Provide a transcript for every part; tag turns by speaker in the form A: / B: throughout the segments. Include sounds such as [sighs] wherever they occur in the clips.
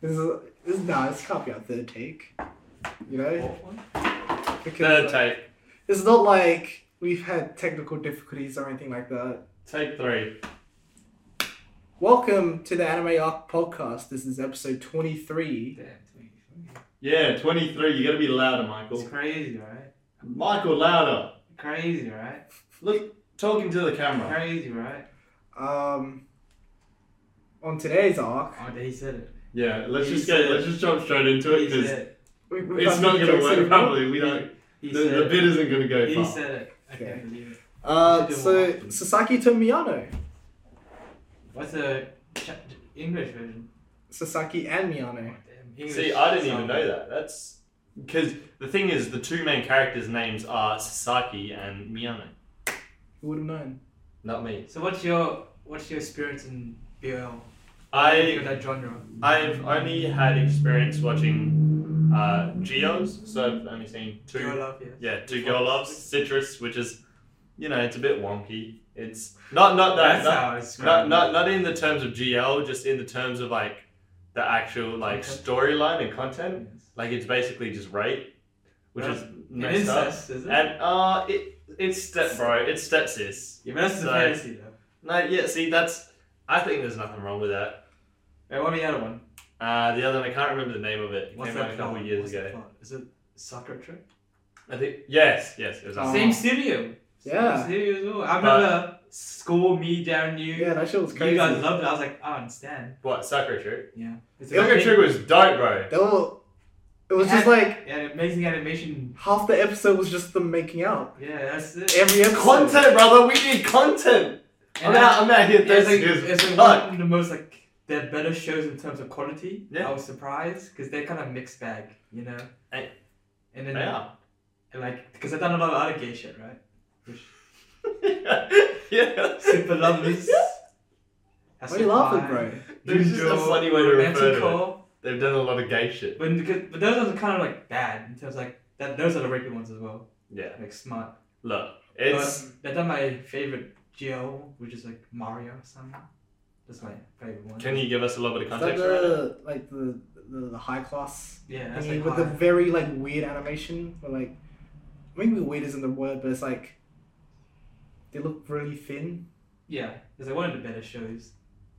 A: This is this is not. This can't be our third take. You know, because
B: Third
A: like,
B: take.
A: it's not like we've had technical difficulties or anything like that.
B: Take three.
A: Welcome to the Anime Arc Podcast. This is episode twenty three.
C: Damn, 23.
B: Yeah, 23. You gotta be louder, Michael.
C: It's crazy, right?
B: Michael, louder.
C: Crazy, right?
B: Look, talking to the camera.
C: Crazy, right?
A: Um, on today's arc,
C: Oh, he said it.
B: Yeah, let's
C: He
B: just get.
C: said-
B: Let's just jump straight into it
C: He
B: because
C: said it.
A: we, we've
B: it's
A: done
B: not
A: the
B: gonna
A: jokes
C: [laughs]
B: work
A: anymore.
B: properly. We don't.
C: He
B: the,
C: said
B: the bit
C: it.
B: isn't gonna go
C: He
B: far.
C: said it. I can't
A: Okay.
C: believe it.
A: Uh,
C: Should do
A: so
C: one.
A: Sasaki Tomiano,
C: What's the ch- English version?
A: Sasaki and
C: Oh, damn.
A: Miano.
C: English
B: See, I didn't even
C: song.
B: know that. That's because the thing is, the two main characters' names are Sasaki and Miyano.
A: Who would have known?
B: Not me.
C: So what's your what's your experience in BL? With
B: I
C: that genre.
B: I've only had experience watching uh, Geos, so I've only seen two.
C: Your love, yes.
B: Yeah, two girl loves citrus, which is, you know, it's a bit wonky. It's not not
C: That's
B: that not,
C: how it's
B: not not not in the terms of GL, just in the terms of like the actual like
C: Content.
B: storyline and content.
C: Yes.
B: Like it's basically just rape, which is
C: An
B: messed up.
C: incest, is it?
B: And uh, it it's step bro, it's step sis.
C: yeah, but that's the
B: so-
C: fantasy though.
B: No, yeah, see that's. I think there's nothing wrong with that.
C: Wait, what was the other one?
B: Uh, the other one, I can't remember the name of it. It
C: What's
B: came out
C: that
B: a couple
C: plot?
B: of years
C: What's that
B: ago.
C: plot? Is it soccer trick?
B: I think yes, yes, it was.
A: Oh.
C: Same studio.
A: Yeah.
C: Same studio as well. I
B: But-
C: remember school me down you.
A: Yeah, that shit was crazy.
C: You guys loved it. I was like, I understand.
B: What Sakura Trigger?
C: Yeah. It's
B: Sakura
C: amazing-
B: Trigger was dope, bro.
A: They were- it was just like
C: Yeah, an amazing animation.
A: half the episode was just them making out.
C: Yeah, that's it.
A: Every episode.
B: Content, brother. We need content. I'm
C: And
B: out. I'm out here.
C: yeah, it's like,
B: thirsty
C: it's
B: as
C: like
B: fuck.
C: one of the most like they're better shows in terms of quality.
B: Yeah.
C: I was surprised because they're kind of mixed bag, you know.
B: Hey.
C: And then
B: Yeah.
C: [laughs] and like because I've done a lot of other gay shit, right?
B: yeah.
A: [laughs]
C: Super lovers.
A: Why are you laughing, bro?
B: There's just a funny way to refer to it.
C: romantical.
B: They've done a lot of gay shit.
C: But, because, but those are kind of like bad in terms of like that. Those are the rapey ones as well.
B: Yeah.
C: Like smart.
B: Look, it's
C: But that's not my favorite Geo, which is like Mario or something. That's my favorite one.
B: can you give us a little bit of
A: Is that
B: context around it?
A: the like the, the, the high class
C: Yeah, that's
A: thingy
C: like
A: with the
C: hard.
A: very like weird animation? But like maybe weird isn't the word, but it's like they look really thin.
C: yeah. It's like one of the better shows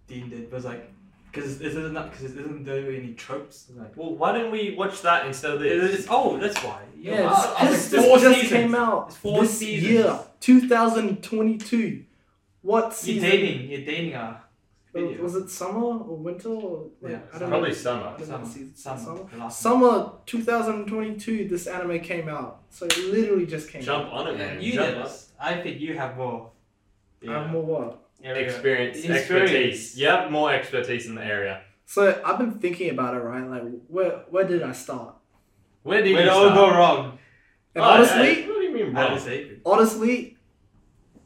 C: Dean did. But it's like because it isn't not because it isn't there any tropes. It's like
B: Well, why don't we watch that instead of
C: it's,
B: this?
C: it's old. That's why. You're
A: Yeah,
C: right. I
A: this,
C: was
A: this,
C: like,
A: this
C: four
A: just
C: seasons.
A: came out
C: It's four
A: this
C: seasons.
A: year, 2022. What
C: You're
A: season?
C: dating. You're dating a
A: Was,
C: video.
A: was it summer or winter? Or, like,
C: Yeah,
A: I don't
B: Probably
A: know.
B: summer.
C: Summer.
A: season-
C: Summer.
A: summer?
C: the last one.
A: Summer 2022, this anime came out. So it literally just came out.
B: Jump on it,
C: Yeah,
B: man.
C: you
B: Jump
C: did.
B: on.
C: I think you have more.
B: Yeah.
A: Um, or what?
C: There we go.
B: Experience,
C: Experience.
B: expertise. Yep, more expertise in the area.
A: So I've been thinking about it, right? Like, where where did I start?
B: Where did
C: Where
B: you
C: it all
B: start?
C: go wrong?
A: And
B: Oh,
A: honestly,
B: yeah. what do you mean,
C: I
B: bro?
C: was saving.
A: honestly,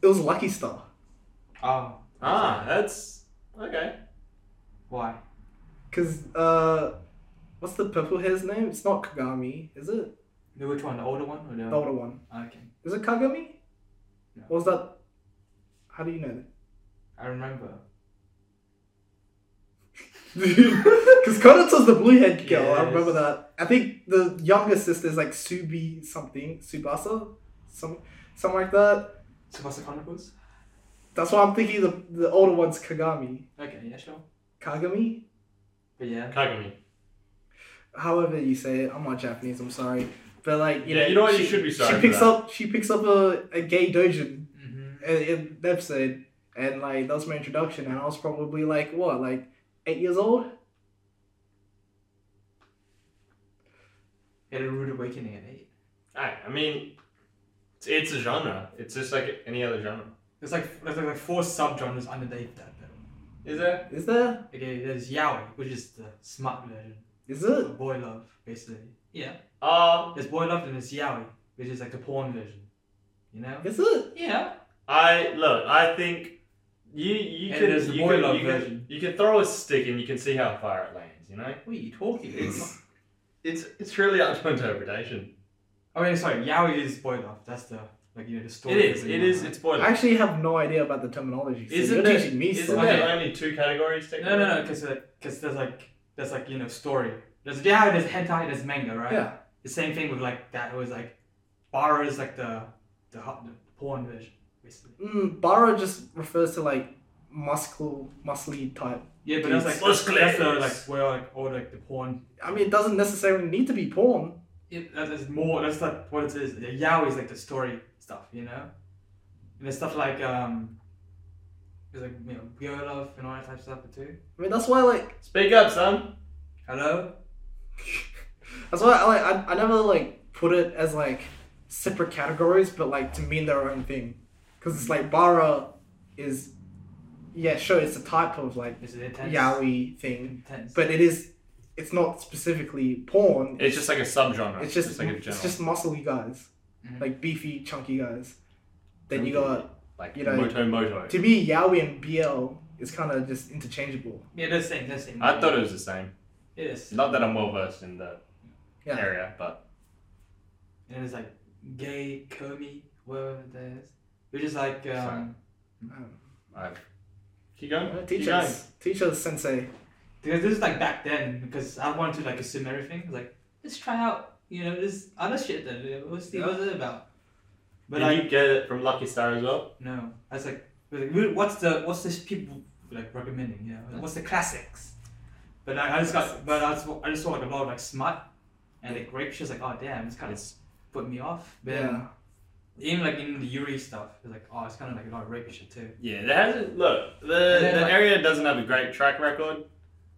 A: it was Lucky Star.
C: Oh.
B: Ah, that's okay.
C: Why?
A: Cause uh, what's the purple hair's name? It's not Kagami, is it?
C: The which one? The older one or the
A: The older one.
C: Okay.
A: Is it Kagami?
C: No.
A: What was that? How do you know?
C: I remember.
A: that? [laughs] Cause Konata's the blue haired girl. I remember
C: Yes.
A: that. I think the younger sister's like Subi something, Subasa, some something like that.
C: Tsubasa Chronicles?
A: That's why I'm thinking the the older one's Kagami,
C: Okay, yeah, sure.
A: Kagami.
C: But yeah.
B: Kagami.
A: however you say it. I'm not Japanese. I'm sorry, but like you
B: Yeah,
A: know,
B: you know what? You
A: she-
B: should be sorry
A: She
B: for
A: picks
B: that.
A: up. She picks up a, a gay dojin
C: Mm-hmm.
A: in, in the episode, and like that was my introduction. And I was probably like what, like eight years old.
C: Had a rude awakening at eight.
B: I, I mean, it's, it's a genre. It's just like any other genre.
C: There's like there's like, like four subgenres underneath that though.
B: Is there?
A: Is there?
C: Okay, there's yaoi, which is the smart version.
A: Is
C: The
A: it?
C: boy love, basically. Yeah.
B: Uh,
C: There's boy love and there's yaoi, which is like the porn version. You know?
A: Is it?
C: Yeah.
B: I look. I think you you
C: And
B: can
C: there's the
B: you
C: boy
B: can,
C: love
B: you, can,
C: version.
B: you can throw a stick and you can see how far it lands. You know,
C: What are you talking about?
B: it's it's it's really up to interpretation.
C: Oh yeah, sorry, yaoi is boy love. That's the like you know the story.
B: It is.
C: that we
B: It
C: want,
B: is.
C: right?
B: It's
A: I
B: boiler.
A: actually have no idea about the terminology. So
B: Isn't
A: you're
B: it-
A: teaching me
B: Isn't
A: stuff.
C: Okay.
B: there only two categories?
C: No,
B: technically?
C: no, no, because there's like That's like you know story. There's yeah, there's hentai, there's manga, right?
A: Yeah.
C: The same thing with like that. It was like borrows like the the, hot, the porn version basically.
A: Mm, Bara just refers to like muscle, muscly type.
C: Yeah, but that's like
B: Jesus.
C: that's, that's the, like
B: Muscles.
C: where like all like the porn.
A: I mean, it doesn't necessarily need to be porn.
C: It, that is more. That's like what it is. The yao is like the story stuff, you know. And there's stuff like um, there's like you know girl love and all that type of stuff too.
A: I mean, that's why like
B: Speak up, son.
C: Hello.
A: that's why I, like I, I never like put it as like separate categories, but like to mean their own thing, because it's like Bara is yeah, sure, it's a type of like
C: Is it intense?
A: yaoi thing,
C: Intense.
A: but it is it's not specifically porn.
B: It's just like a subgenre.
A: It's just,
B: like a general.
A: it's just muscly guys,
C: Mhm.
A: like beefy, chunky guys. Then you
B: Chunky.
A: got
B: like
A: you know,
B: moto moto.
A: to me, yaoi and BL is kind of just interchangeable.
C: yeah, that's same. That's same.
B: I thought it was the same.
C: It is.
B: Not that I'm well versed in the
A: Yeah.
B: area, but
C: And it's like gay, comey, whatever that is. Which is like um,
B: I've. Keep going. Keep
A: Teachers,
B: going.
A: teachers, sensei.
C: because this is like back then because I wanted to like assume everything. It's Like let's try out you know this other shit that what's the what's it about? But
B: Did
C: I
B: you get it from Lucky Star as well?
C: no, I was like, but, like, wh- what's the what's this people like recommending? You know, like, what's the classics? But like, I just got but I just I just saw like a lot of like smut and like rape. She was like, oh damn, it's kind of put me off. But then,
A: Yeah.
C: even like in the Yuri stuff, it's like oh, it's kind of like a lot of rape shit too.
B: Yeah, there hasn't. Look, the,
C: And then,
B: the
C: like-
B: area doesn't have a great track record.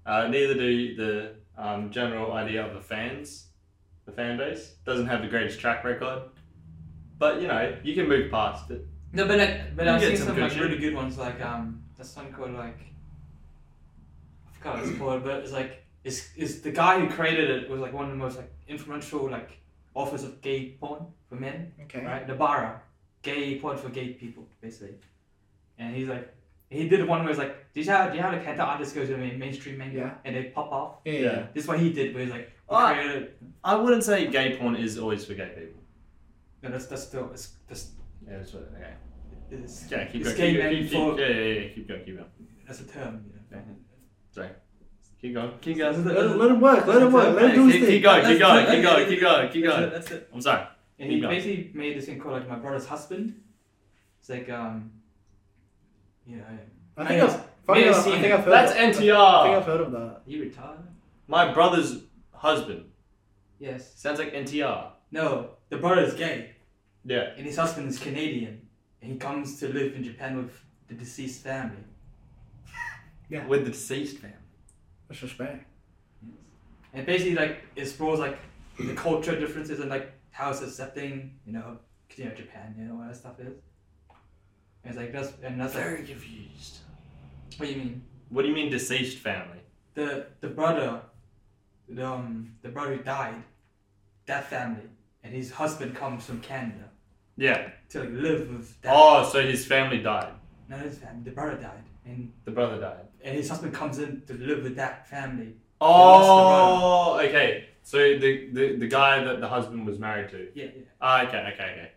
B: Uh, neither do the um, general idea of the fans. The fan base doesn't have the greatest track record. But, you know, you can move past it.
C: No, but like, but
B: You
C: I've
B: get
C: seen
B: some
C: some
B: good
C: like
B: shit.
C: really good ones, like um, this one called like, I forgot what [clears throat] it's called, but it's like, it's, it's the guy who created it was like one of the most like influential like authors of gay porn for men,
A: Okay.
C: right? The Bara, gay porn for gay people, basically. And he's like, he did one where it's like, do you have do you have like hentai artists go to the main- mainstream manga
A: Yeah.
C: and they pop off?
A: Yeah.
B: Yeah.
C: This is what he did, where he's like,
B: Ah.
C: he created,
B: I wouldn't say gay porn is always for gay people.
C: no, that's that's still it's that's,
B: Yeah, that's what, okay.
C: it's,
B: Yeah, keep
C: it's
B: going.
C: gay
B: keep going,
C: men
B: keep,
C: for
B: keep, yeah, yeah, yeah, keep going, keep going.
C: that's a term, you know.
B: Keep going. Keep
C: Yeah,
B: going.
C: that's-
A: Let, it- let it work. Let it work. Let it do its
B: Keep, keep,
A: thing.
B: going,
C: That's-
B: keep going,
C: that's-
B: keep going, keep going, keep
C: that's it,
B: going.
C: That's it.
B: I'm sorry.
C: And he
B: Keep going.
C: basically made this thing called like my brother's husband. It's like um, you know,
A: I think I've, funny
C: Maybe
A: enough,
C: seen
A: I
C: it.
A: think I've heard.
B: That's
A: of, I think
B: NTR.
A: I've heard of that.
C: you retarded.
B: My brother's husband.
C: Yes.
B: Sounds like NTR.
C: No, the brother is gay,
B: Yeah.
C: and his husband is Canadian, and he comes to live in Japan with the deceased family.
B: With the deceased family.
A: That's respect.
C: And basically, like it explores like the cultural differences and like how it's accepting, you know, 'cause, you know Japan, you know, all that stuff is. And it's like that's and that's like,
B: Very confused.
C: what do you mean?
B: What do you mean deceased family?
C: the the brother, the, um, the brother who died, that family, and his husband comes from Canada
B: Yeah.
C: to like live with that.
B: Oh, so his family died.
C: No, his family. The brother died, and
B: The brother died.
C: and his husband comes in to live with that family.
B: Oh, okay. So the, the the guy that the husband was married to.
C: Yeah, yeah.
B: Ah, okay, okay, okay.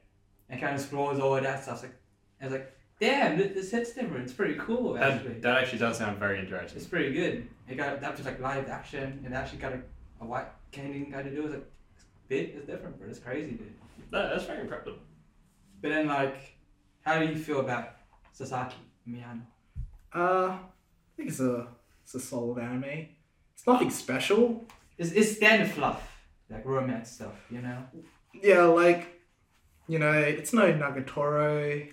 C: And kind of explores all of that stuff. It's like, and it's like, damn, th- this hits different. It's pretty cool actually.
B: That, that actually does sound very interesting.
C: it's pretty good. It got that was like live action, and actually got a, a white Canadian guy to do it. It's like, bit is different, but it's crazy, dude.
B: That, that's very impressive.
C: But then, like, how do you feel about Sasaki Miyano?
A: Uh, I think it's a it's a solid anime. It's nothing special.
C: It's, it's standard fluff, like romance stuff, you know?
A: Yeah, like you know, it's no Nagatoro.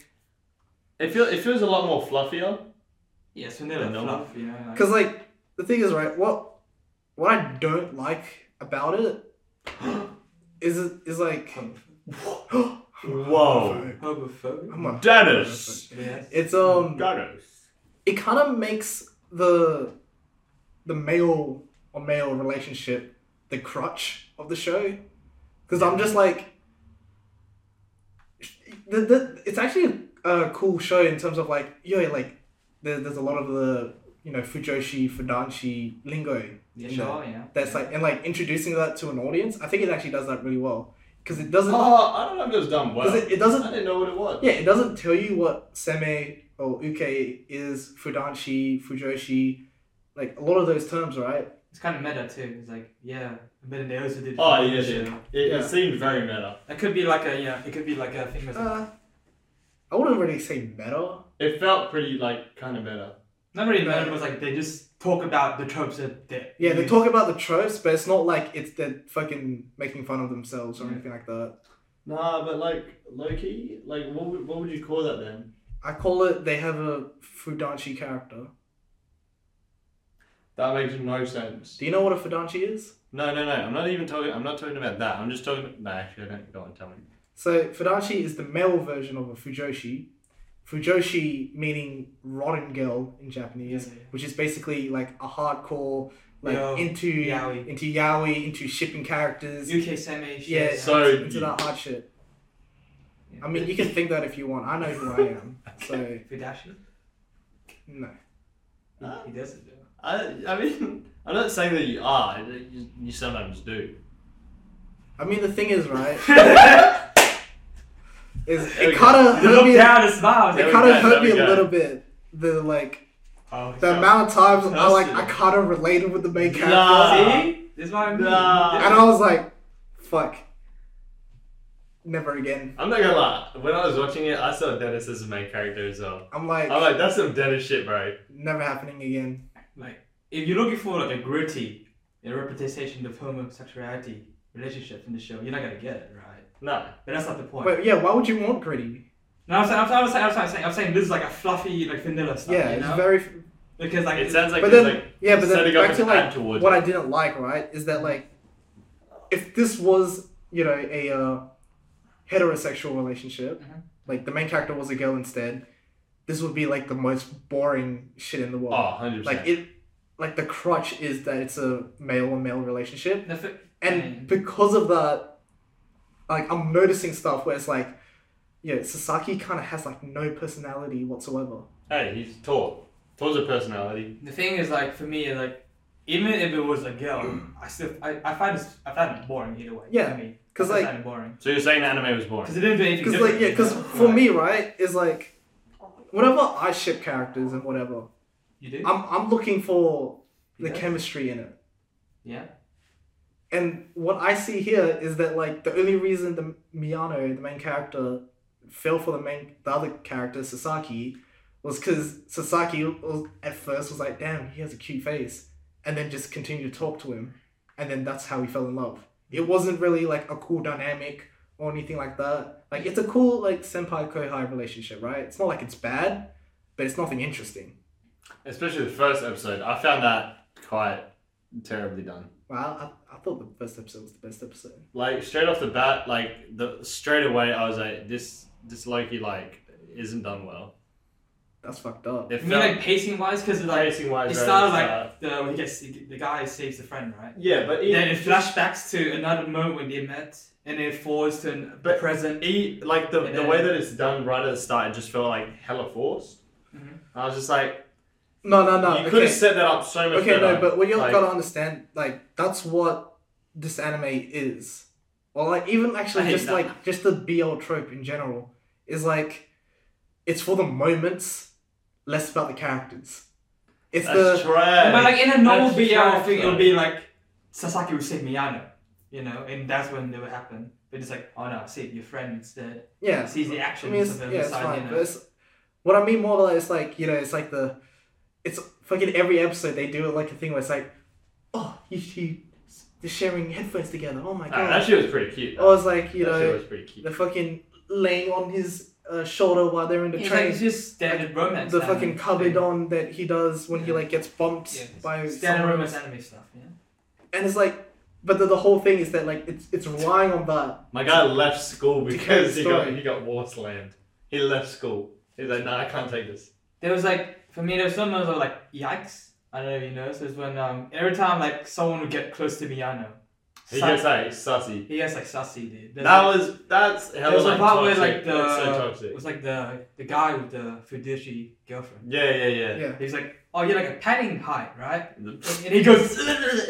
B: It feels it feels a lot more fluffier.
C: Yeah, it's vanilla
B: The normal.
C: fluff, you know? Like,
A: Cause like the thing is right, what what I don't like about it
B: [gasps]
A: is it is like
B: Whoa.
A: [gasps]
C: homophobic.
A: I'm a-
B: Dennis.
C: Yes.
A: It's um
B: Dennis.
A: it kind of makes the the male or male relationship the crutch of the show because i'm just like the, the, it's actually a, a cool show in terms of like yo like there, there's a lot of the you know fujoshi fudanshi lingo
C: Yeah,
A: you know,
C: sure, yeah.
A: that's like and like introducing that to an audience i think it actually does that really well because it doesn't
B: Oh, I don't know if it was done well.
A: 'cause it, it doesn't
B: I didn't know what it was.
A: yeah, it doesn't tell you what seme or uke is, fudanshi, fujoshi, like a lot of those terms, right?
C: It's It's kind of meta too. It's like, yeah, and then they also did.
B: Oh
C: fucking
B: yeah,
C: shit.
B: dude. It,
A: Yeah.
B: it seemed very meta.
C: It could be like a yeah. It could be like a thing. That's
A: Uh, I wouldn't really say meta.
B: It felt pretty like kind of meta.
C: not really meta. It was like they just talk about the tropes that they
A: Yeah, they
C: use.
A: talk about the tropes, but it's not like it's they're fucking making fun of themselves or
C: Yeah.
A: anything like that.
B: Nah, but like Loki, like what would, what would you call that then?
A: I call it they have a Fudanshi character.
B: That makes no sense.
A: Do you know what a Fudanshi is?
B: No, no, no. I'm not even talking. I'm not talking about that. I'm just talking. No, actually, I don't. Go on, tell me.
A: So Fudanshi is the male version of a Fujoshi. Fujoshi meaning rotten girl in Japanese,
C: Yeah, yeah, yeah.
A: which is basically like a hardcore like
C: Yo,
A: into
C: yaoi.
A: into yaoi, into shipping characters.
C: UK semi. shit.
A: yeah,
B: So-
A: into, into that hard shit.
C: Yeah.
A: I mean, you can think that if you want. I know who I am. So
C: Fudashi.
A: no.
C: He, he does
B: [laughs]
C: it. though.
B: I, I mean, [laughs] I'm not saying that you are. You, you sometimes do.
A: I mean, the thing is, right? is
B: [laughs] There we
A: it kind of
C: He
A: hurt
C: looked
A: me.
C: down and smiled.
B: There
A: It
B: we
A: kind
B: go,
A: of hurt
B: there
A: me
B: we
A: a
B: go.
A: little bit. The like
C: Oh,
A: the amount of times I like I
B: Personally.
A: kind of related with the main character,
B: Nah.
C: See, this is what I mean.
B: Nah.
A: and I was like, "Fuck, never again."
B: I'm not gonna lie. When I was watching it, I saw Dennis as the main character as well.
A: I'm like,
B: I'm like, that's some Dennis shit, bro.
A: never happening again.
C: like if you're looking for like a gritty a representation of homosexuality relationship in the show, you're not gonna get it, right?
B: No.
C: But that's not the point.
A: But yeah, why would you want gritty?
C: no, I'm saying, I'm saying, I'm saying, I'm saying, I'm saying, this is like a fluffy, like vanilla
B: Uh,
C: stuff.
A: yeah,
C: you
A: it's
C: know?
A: very.
C: because like
B: It sounds like
A: but
B: it's
A: then,
B: like
A: yeah, but then
B: setting up
A: back to
B: an
A: like
B: ad towards
A: what I didn't like, right, is that like, if this was you know a uh, heterosexual relationship,
B: Mm-hmm.
C: Mhm.
A: like the main character was a girl instead, this would be like the most boring shit in the
B: oh,
A: world.
B: 100
A: like
B: percent.
A: it, like the crutch is that it's a male on male relationship,
C: the fi-
A: and
C: Mm.
A: because of that, like I'm noticing stuff where it's like, yeah, Sasaki kind of has like no personality whatsoever.
B: Hey, he's tall. Tall's a personality.
C: the thing is like for me like even if it was a girl, I still I, I find it I find it boring either way.
A: Yeah,
C: for me.
A: 'cause,
C: I still
A: like-
C: find it boring
B: So you're saying the anime was boring?
C: because it didn't do anything.
A: Because
C: different,
A: like yeah,
C: you
A: because
C: know?
A: for
C: Like,
A: me right is like, whenever I ship characters and whatever,
C: you do
A: I'm I'm looking for the
C: Yeah.
A: chemistry in it.
C: yeah.
A: And what I see here is that like the only reason the Miyano, the main character, fell for the main the other character Sasaki, was because Sasaki was, at first was like, "Damn, he has a cute face," and then just continued to talk to him, and then that's how he fell in love. It wasn't really like a cool dynamic or anything like that. Like it's a cool like senpai kohai relationship, right? It's not like it's bad, but it's nothing interesting.
B: Especially the first episode. I found that quite terribly done.
A: Well, I, I thought the first episode was the best episode.
B: Like straight off the bat, like the straight away, I was like, this this Loki like isn't done well.
A: That's fucked up.
B: It
C: I mean like
B: felt
C: pacing wise because like
B: pacing wise. uh,
C: it started like the when he gets the guy saves the friend right.
B: yeah, but
C: Then
B: even,
C: it flashbacks to another moment when they met, and it forwards to an, the
B: But-
C: present.
B: e- like the,
C: And
B: the
C: then-
B: way that it's done right at the start, it just felt like hella forced.
C: Mhm.
B: I was just like,
A: No, no, no.
B: you
A: okay.
B: could have set that up so much
A: Okay,
B: better.
A: no, but what you've
B: like,
A: got to understand, like, that's what this anime is. Or, like, even
C: I
A: actually
C: hate
A: just,
C: that.
A: like, just the BL trope in general is, like, it's for the moments, less about the characters. It's
B: that's
A: the...
B: trash.
C: But like in a normal
B: That's
C: BL
B: trash,
C: thing, it'll
B: though.
C: be like Sasaki will save Miyano, you know, and that's when it would happen. But it's like, oh no, save your friend instead.
A: yeah.
C: Sees the
A: I
C: action.
A: mean, it's,
C: of
A: yeah,
C: the
A: it's
C: side,
A: fine.
C: you know.
A: But it's, what I mean more, like, it's like, you know, it's like the... It's fucking every episode they do, like, a thing where it's like, oh, you, you, they're sharing headphones together. Oh, my
B: Ah,
A: God.
B: that shit was pretty cute.
C: Oh,
A: or it's like, you
B: that
A: know...
B: shit was pretty cute.
A: the fucking laying on his uh, shoulder while they're in the
C: it's like
A: train.
C: it's just standard romance.
A: the
C: anime
A: fucking
C: thing.
A: kabedon that he does when he
C: Yeah.
A: like gets bumped
C: Yeah,
A: by
C: standard
A: someone.
C: romance anime stuff. Yeah.
A: and it's like, but the, the whole thing is that like it's it's relying on that.
B: My guy left school
A: It's a
B: because
A: good
B: he got
A: story.
B: he got war slammed. He left school. He's like, no, I can't take this.
C: There was like for me, there was some moments of like yikes. I don't know if you noticed. It was when um every time like someone would get close to Miyano,
B: He
C: Sa-
B: gets like sussy.
C: he gets like sassy dude. There's,
B: That
C: like-
B: was that's
C: There
B: hella
C: was a
B: like,
C: part where
B: toxic.
C: like uh, the
B: That's so
C: it
B: toxic.
C: was like the the guy with the Fudishi girlfriend.
B: Yeah, yeah, yeah.
A: Yeah.
C: He's like, oh, you're like a padding height, right?
B: The-
C: And he goes,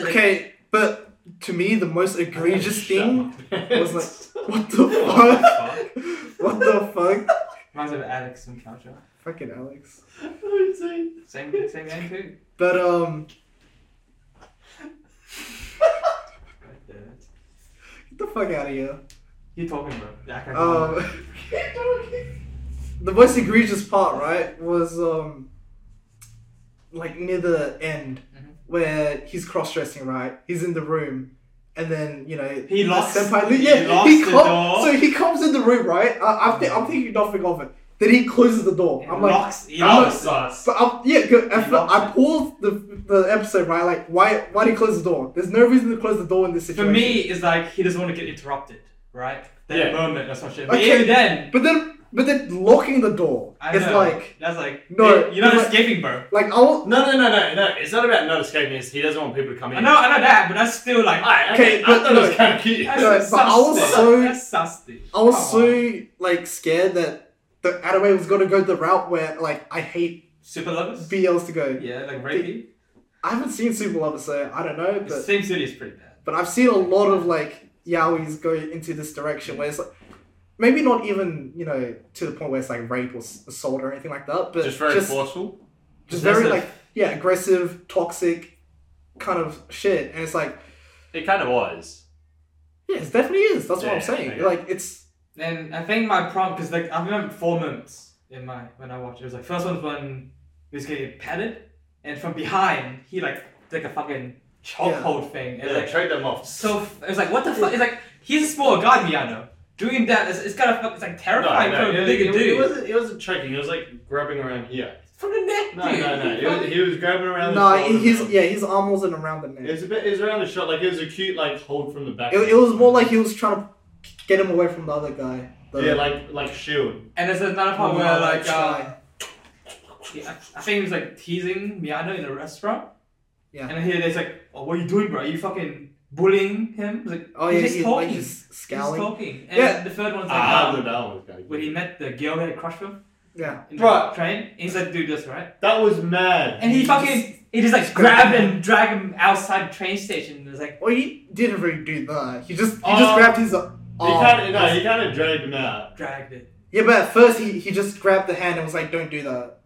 B: [laughs]
A: Okay, but to me the most egregious
B: Shut
A: thing
B: up.
A: was
B: [laughs]
A: like, [laughs] what the fuck?
B: Fuck.
A: what the fuck?
C: reminds me of Alex from Culture.
A: Fucking Alex.
B: What are you saying?
A: um, [laughs]
C: Same same name too.
A: But um, fuck out of here.
C: You're talking about. Yeah, I can
A: Um, [laughs] the most egregious part, right, was um, like near the end
C: Mhm.
A: where he's cross-dressing, right? He's in the room, and then you know
C: He
A: the
C: locks-
A: Senpai,
C: he
A: yeah,
C: locks
A: he
C: the
A: com-
C: door.
A: So he comes in the room, right? I, I think I'm thinking nothing of it. Then he closes the door. I'm like,
C: locks, he
B: I'm
C: locks us.
A: So I'm, yeah, good. I,
C: He
A: felt- I
C: loves it.
A: paused the, the episode, right? Like, why why do you close the door? There's no reason to close the door in this
C: For
A: situation.
C: me, it's like he doesn't want to get interrupted, right? That
B: Yeah.
C: moment, that's not shit. But
A: Okay.
C: even then,
A: But then, but then locking the door
C: I
A: is
C: know,
A: like,
C: that's like
A: No,
C: no, you're not
A: but-
C: escaping, bro.
A: like I will
B: No, no, no, no, no. It's not about not escaping. It's he doesn't want people to come in.
C: I know, I know that, but that's still like
B: Alright,
A: Okay,
B: okay, I
A: but
B: thought it was
A: no.
B: kind of cute.
C: that's
A: No,
C: sus
A: but I was
C: dude.
A: so-
C: that's sus, dude.
A: I was
C: Come on.
A: so like scared that the anime was gonna go the route where like I hate
C: super lovers.
A: BLs to go.
C: yeah, like rapey.
A: I haven't seen Super Lover, so I don't know,
C: The
A: but
C: same city is pretty bad.
A: but I've seen a lot of like yaois go into this direction where it's like. Maybe not even you know to the point where it's like rape or s- assault or anything like that, but
B: [laughs] Just very
A: just
B: forceful.
A: just very
C: Possessive.
A: like yeah aggressive toxic kind of shit and it's like
B: It kind of was.
A: yeah it definitely is that's what i'm
B: Yeah,
A: saying
B: yeah.
A: like it's
C: And I think my problem, because like I remember four moments in my when I watched it. It was like first one's when he was getting patted, and from behind he like did like a fucking chokehold thing. And
B: Yeah,
C: like
B: trade them off.
C: so f- it's like what the fuck? It's like he's a small guy, Miano. Doing that is it's kind of fuck- it's like terrifying
B: no,
C: for
B: it,
C: a bigger
B: it,
C: dude.
B: it wasn't. It wasn't choking. It was like grabbing around here.
C: from the neck,
B: No,
C: dude.
B: no, no.
C: He
B: It was,
C: fucking-
B: he was grabbing around.
A: no
B: the shoulder.
A: his yeah his arm wasn't around the
B: It
A: neck
B: was a bit. It was around the shot. Like it was a cute like hold from the back.
A: it, it was more like he was trying to get him away from the other guy the,
B: yeah, like like shield.
C: and there's another part
A: the
C: where
A: other
C: like uh,
A: guy.
C: he- I I think he was like teasing Miano in a restaurant.
A: Yeah.
C: And here there's like, oh, what are you doing, bro? Are you fucking bullying him? He's like,
A: oh
C: he's
A: yeah
C: just
A: he,
C: talking.
A: like just
C: He's
A: scowling
C: talking. And
A: Yeah.
C: the third one's like,
B: Ah,
C: um,
B: no, that one was kinda
C: when
B: cute.
C: he met the girl that crushed him
A: yeah
C: in
B: Bruh.
C: the train. And he's like, dude, this right.
B: That was mad.
C: And he
A: He
C: fucking, he just like
A: just
C: grabbed
A: grabbed him.
C: and dragged him outside the train station. And was like,
A: well he didn't really do that he just he
B: Oh.
A: just grabbed his uh,
B: he
A: arm
B: kind of no, he kind of dragged him out.
C: dragged it.
A: yeah but at first he, he just grabbed the hand and was like don't do that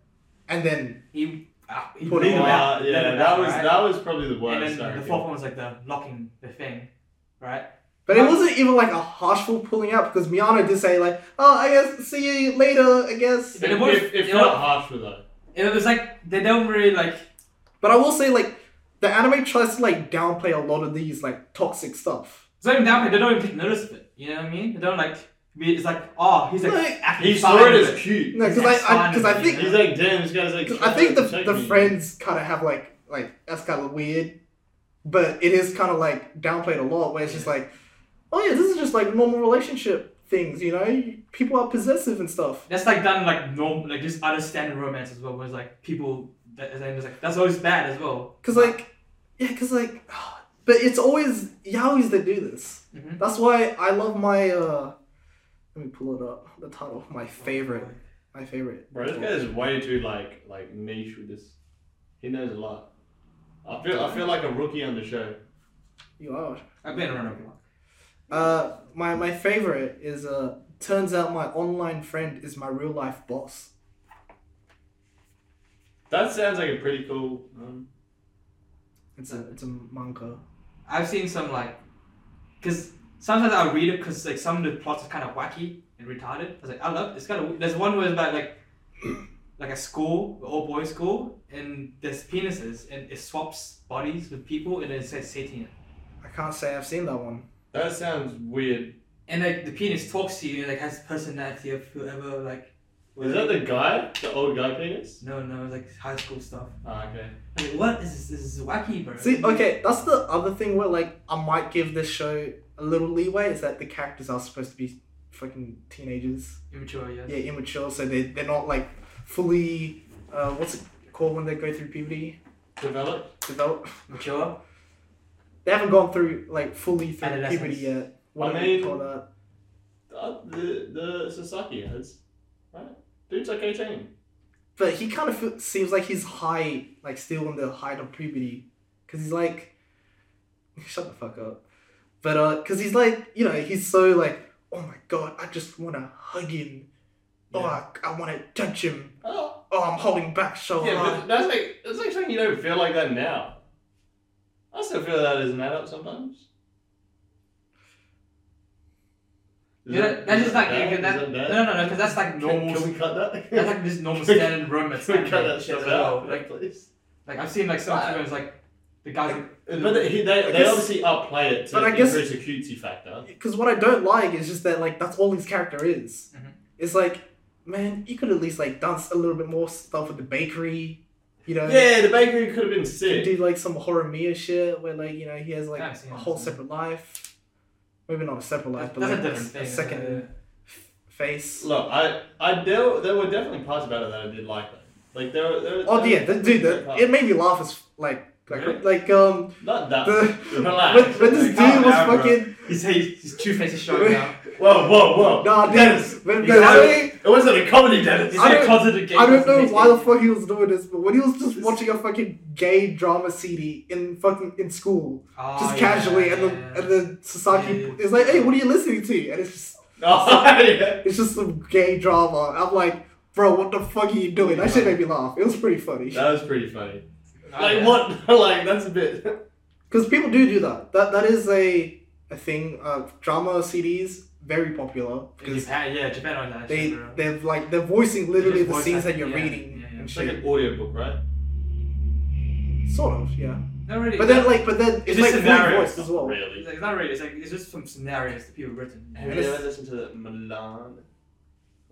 A: and then
C: He, ah, he
A: Put
C: beat
A: Leave
C: him
A: him
C: out.
B: Wow, Uh, yeah,
C: Let him
B: that
C: out,
B: was
C: right?
B: that was probably the worst.
C: And then
B: I
C: the
B: reckon.
C: fourth one was like the locking the thing, right?
A: but it wasn't even like a harshful pulling out because Miano did say like, "Oh, I guess see you later, I guess."
C: But it
B: It,
C: was-
B: it, it
C: you
B: felt
C: know-
B: harsh though.
C: It was like they don't really like
A: But I will say, like, the anime tries to like downplay a lot of these like toxic stuff.
C: it's not even down. They don't even take notice of it. You know what I mean? They don't like. Be, it's like oh, he's like
A: Like,
C: acting
B: He
C: fine
B: saw it
C: with
B: as cute.
A: No, because
C: That's
A: I, because I,
C: fine,
A: think,
B: He's like, damn, this guy's like.
A: 'cause I think the the
B: trying to protect me.
A: friends kind of have like like that's kind of weird, but it is kind of like downplayed a lot where it's just like, oh yeah, this is just like normal relationship things, you know? People are possessive and stuff.
C: That's like done like normal, like just other standard romance as well. Where it's like people that and then it's like that's always bad as well.
A: Cause like, yeah, cause like, [sighs] but it's always yaois that do this.
C: Mhm.
A: That's why I love my. uh Let me pull it up. The title, of my favorite, my favorite.
B: Bro, this guy is way too like like niche with this. He knows a lot. I feel I feel like a rookie on the show.
A: You are.
C: I've been around a block.
A: Uh, my my favorite is uh. Turns out my online friend is my real life boss.
B: That sounds like a pretty cool. Um,
A: It's a it's a manga.
C: I've seen some like, because sometimes I read it because like some of the plots are kind of wacky and retarded. I was like, I love it's kind of. There's one where it's about like, [clears throat] like a school, all boys school, and there's penises and it swaps bodies with people and then it says Satan.
A: I can't say I've seen that one.
B: that sounds weird.
C: And like the penis talks to you and like has personality of whoever like.
B: Is that the guy, the old guy penis?
C: No, no, it's like high school stuff.
B: Ah, okay.
C: I'm Like, what is this? This is wacky, bro.
A: See, okay, that's the other thing where like I might give this show a little leeway is that the characters are supposed to be fucking teenagers.
C: Immature, yes.
A: yeah, immature, so they they're not like fully uh, what's it called when they go through puberty?
B: Developed.
A: Develop.
C: Mature.
A: They haven't gone through like fully through
C: Adolescence.
A: puberty yet. What
B: I
A: do you
B: mean-
A: call that?
B: Uh, the the Sasaki has, right? Dude's like eighteen.
A: But he kind of fe- seems like he's high, like still on the height of puberty, because he's like, [laughs] shut the fuck up. But uh, because he's like, you know, he's so like, oh my god, I just wanna hug him. Oh, I, I wanna touch him.
B: Oh,
A: Oh, I'm holding back so
B: yeah,
A: hard.
B: but that's like that's like something you don't feel like that now. I still feel that as an adult sometimes. Is
C: Yeah,
B: that-
C: that's
B: is
C: just
B: that
C: like you can-
B: bad?
C: that-
B: Is that bad?
C: No, no, no, because that's like
B: Can-
C: normal.
B: Can we cut that?
C: That's like just normal
B: Can [laughs] we-
C: standard Roman
B: Can we cut
C: standard
B: that
C: shit
B: stuff
C: as well.
B: out,
C: Like,
B: please?
C: like I've seen like some
A: Uh,
B: But-
C: films like the guys.
B: uh, But they, they,
A: I
B: they
A: guess-
B: obviously upplay it to
A: But I guess-
B: increase the cutesy factor.
A: Because what I don't like is just that like that's all his character is.
B: Mm-hmm.
C: Mhm.
A: It's like, man, you could at least like dance a little bit more stuff with the bakery, you know.
B: Yeah, the bakery could have been
A: You
B: sick.
A: do like some horror Mia shit where like you know he has like
C: I haven't seen
A: a
C: it,
A: whole
C: so-
A: separate life. Maybe not a separate life,
C: that's
A: but like
C: a different thing.
A: second
C: uh,
A: face.
B: Look, I, I there, there were definitely parts about it that I did like. Though. Like there, were- there were-
A: Oh
B: there
A: yeah,
B: were-
A: the, dude,
B: there were
C: uh,
A: the,
B: parts.
A: it made me laugh as like like
B: Really?
A: like um
B: not
C: [laughs]
B: that.
A: the-
B: relax.
A: when, when this
C: Like, calm
A: dude was
C: down, bro.
A: fucking
C: He's he's, he's two
A: [laughs]
C: faces showing now.
B: Whoa, whoa, whoa!
A: nah dude,
B: Dennis,
A: when,
C: he's
A: when,
C: out.
A: I,
B: it wasn't a comedy, Dennis.
C: He's
A: I
C: like
A: don't- [laughs]
C: positive gay.
A: I don't know
C: person,
A: why the
C: [laughs] basically.
A: fuck he was doing this, but when he was just
B: This-
A: watching a fucking gay drama CD in fucking in school,
C: Oh,
A: just
C: yeah,
A: casually, and the
C: yeah,
A: and the Sasaki
C: Yeah, yeah.
A: is like, "Hey, what are you listening to?" And it's just
B: Oh, yeah.
A: it's just some gay drama. I'm like, "Bro, what the fuck are you doing?" That shit made me laugh. It was pretty funny
B: That was pretty funny.
C: yeah. Oh,
B: Like
C: yeah.
B: what? [laughs] like that's a
A: [laughs]
B: bit.
A: because people do do that. That that is a a thing. Uh, drama CDs very popular
C: In
A: because
C: Japan, yeah, Japan on that.
A: they
C: shit, bro.
A: they're like they're voicing literally
C: just
A: the
C: voice
A: scenes
C: act-
A: that you're
C: yeah,
A: reading
C: yeah, yeah.
A: and
B: It's
A: shit.
B: like an audiobook, right?
A: sort of, yeah.
C: Not really.
A: But then like, but then it's
C: just
A: like fully
C: scenario
A: voiced as well.
B: Really.
C: It's like, not really. It's like it's just from scenarios that people have written.
B: Have you
A: Yes.
B: ever listened to the Milan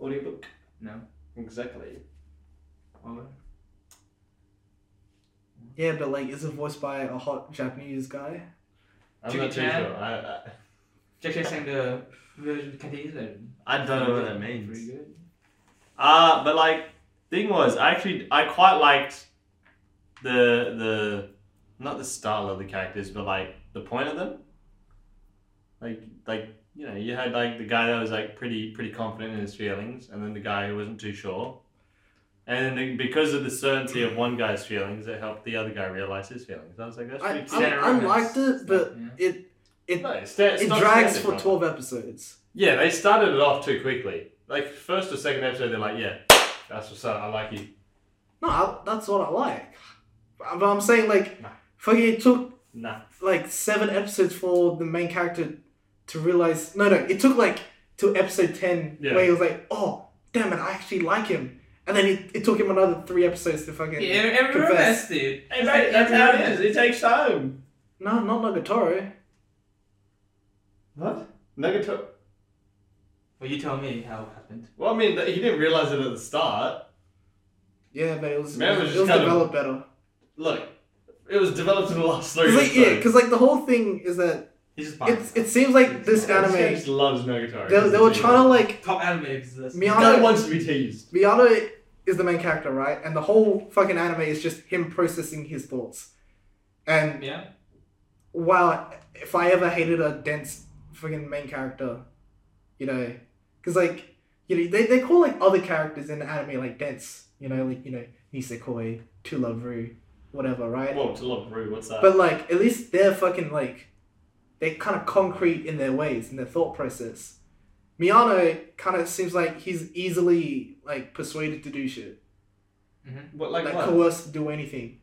B: audiobook?
C: No.
B: Exactly.
C: Oh,
A: Yeah, but like, is it voiced by a hot Japanese guy?
B: I'm
C: Jackie
B: not too
C: Chan?
B: sure. I, I,
C: Jack Jack sang the version, Cantonese version.
B: I don't know what that
C: Pretty
B: means.
C: good.
B: Uh, but like, thing was, I actually I quite liked the the not the style of the characters, but like the point of them. Like like you know you had like the guy that was like pretty pretty confident in his feelings, and then the guy who wasn't too sure. And then because of the certainty of one guy's feelings, it helped the other guy realize his feelings. I was like, that's
A: I-
B: pretty
A: I-
B: clever.
A: I liked it, but
C: Yeah.
A: it it
B: No, it's, it's
A: it
B: not
A: drags
B: standard
A: for
B: drama.
A: twelve episodes.
B: Yeah, they started it off too quickly. Like first or second episode, they're like, "Yeah, that's what's up. I like you."
A: No, I, that's what I like. But I'm saying like,
B: Nah.
A: fucking, it took
B: Nah.
A: like seven episodes for the main character to realize. No, no, it took like till episode ten
B: Yeah.
A: where he was like, oh damn it, I actually like him. And then it, it took him another three episodes to fucking.
C: Yeah, every
A: confess.
C: romance, dude.
B: Hey,
C: mate, that's how it is.
B: It takes time.
A: No, not Nagatoro.
B: What? Negative.
C: Well, you tell me how it happened.
B: Well, I mean, th- he didn't realize it at the start.
A: Yeah, but it was
B: Man,
A: it
B: it was
A: was,
B: just kind of-
A: developed better.
B: Look, it was developed in the last three
A: Cause like, yeah,
B: episodes.
A: because like the whole thing is that
C: He's just buying
A: it's, it seems like this
C: Yeah,
A: anime.
B: This guy just loves Negatari.
A: They, they were trying to like
C: top anime. is this.
A: Me-
B: The guy wants to be teased.
A: Miyato is the main character, right? And the whole fucking anime is just him processing his thoughts. And
C: Yeah.
A: wow, if I ever hated a dense fucking main character, you know, because like you know they, they call like other characters in the anime like dense, you know, like you know Nisekoi, Tularu, whatever, right?
B: Whoa, to love Rue. What's that?
A: But like, at least they're fucking like, they're kind of concrete in their ways in their thought process. Miano kind of seems like he's easily like persuaded to do shit,
B: what, like,
A: like
B: what?
A: coerced to do anything.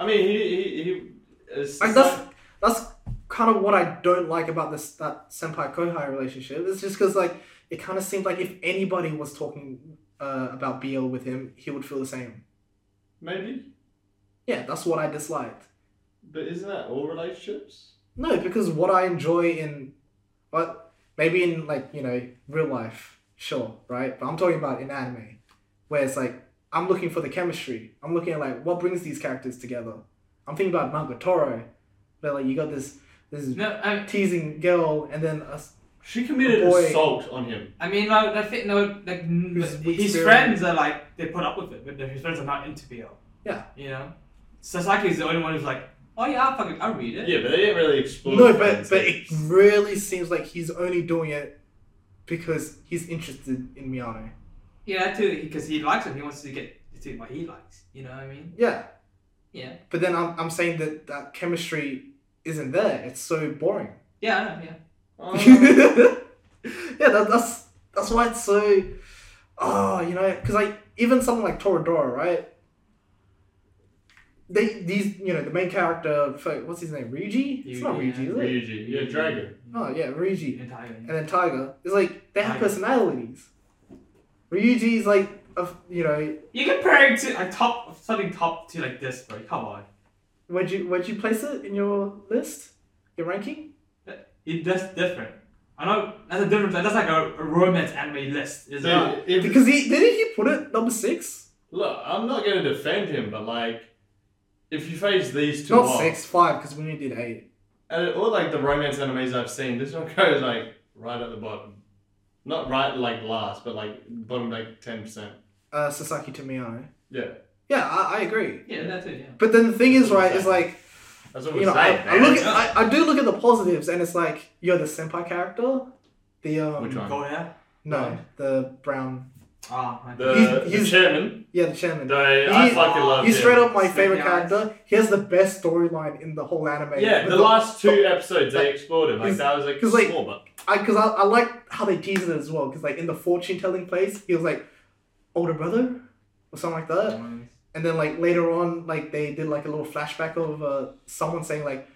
B: I mean, he he he. It's
A: Like
B: just
A: that's
B: like-
A: that's kind of what I don't like about this that senpai kohai relationship. It's just because like it kind of seemed like if anybody was talking uh, about BL with him, he would feel the same.
B: maybe,
A: Yeah, that's what I disliked.
B: but isn't that all relationships?
A: No, because what I enjoy in, but maybe in like you know real life, sure, right? But I'm talking about in anime, where it's like I'm looking for the chemistry. I'm looking at like what brings these characters together. I'm thinking about Nagatoro, where like you got this this
C: No, I,
A: teasing girl, and then us.
B: She committed
A: Boy.
B: assault on him.
C: I mean, like, I think no, like n-
A: Who's- who's
C: his
A: very-
C: friends are like they put up with it, but his friends are not into BL.
A: Yeah.
C: You know, Sasaki is the only one who's like, oh yeah, I'll fucking, I'll read it.
B: Yeah, but they didn't really explore.
A: No,
B: the
A: but
B: friends.
A: but
B: They-
A: it really seems like he's only doing it because he's interested in Miano.
C: Yeah, that too, because he likes him. He wants to get to what he likes. You know what I mean?
A: Yeah,
C: Yeah.
A: but then I'm I'm saying that that chemistry isn't there. It's so boring.
C: Yeah, I know. Yeah.
B: Oh. [laughs]
A: [laughs] yeah, that, that's that's why it's so. Oh, you know, because like even something like Toradora, right? they these you know the main character fuck, what's his name Ryuji? It's not
C: Ryuji,
A: Ryuji, is it?
B: Ryuji, yeah, Dragon.
A: Oh yeah, Ryuji.
C: Entire.
A: And then Tiger. It's like they have
C: Tiger.
A: personalities. Ryuji is like a, you know
C: You comparing to a top something top to like this, bro. Come on.
A: where'd you where'd you place it in your list? Your ranking?
C: It that's different. I know that's a different. That's like a, a romance anime list, is
B: So
C: it?
B: if-
A: Because he didn't he put it number six?
B: look, I'm not going to defend him, but like, if you face these two
A: Not
B: off,
A: six, five, because we only did eight.
B: and all like the romance animes I've seen, this one [laughs] goes like right at the bottom, not right like last, but like bottom like ten percent.
A: Uh, Sasaki to Miyano.
B: Yeah,
A: Yeah, I, I agree.
C: Yeah, that's it. Yeah.
A: But then the thing is, right, is like
B: that's what
A: you
B: we're
A: know, I,
B: saying.
A: I
B: man.
A: look, at, I, I do look at the positives, and it's like you're the senpai character, the um,
B: Which one?
C: Go there.
A: no, the brown,
C: Ah, my
B: the,
A: he's-
B: the
A: he's-
B: chairman,
A: yeah, the chairman.
B: they- I
A: He's-
B: fucking love
A: He's
B: him.
A: straight up my
C: Snake
A: favorite
C: eyes.
A: character. He has the best storyline in the whole anime.
B: Yeah,
A: But
B: the last two episodes they explored him. Like
A: he's-
B: that was like
A: 'cause, like,
B: small, but
A: I because I, I like how they teased it as well. Because like in the fortune telling place, he was like older brother or something like that.
C: bad.
A: And then like later on, like they did like a little flashback of uh, someone saying like,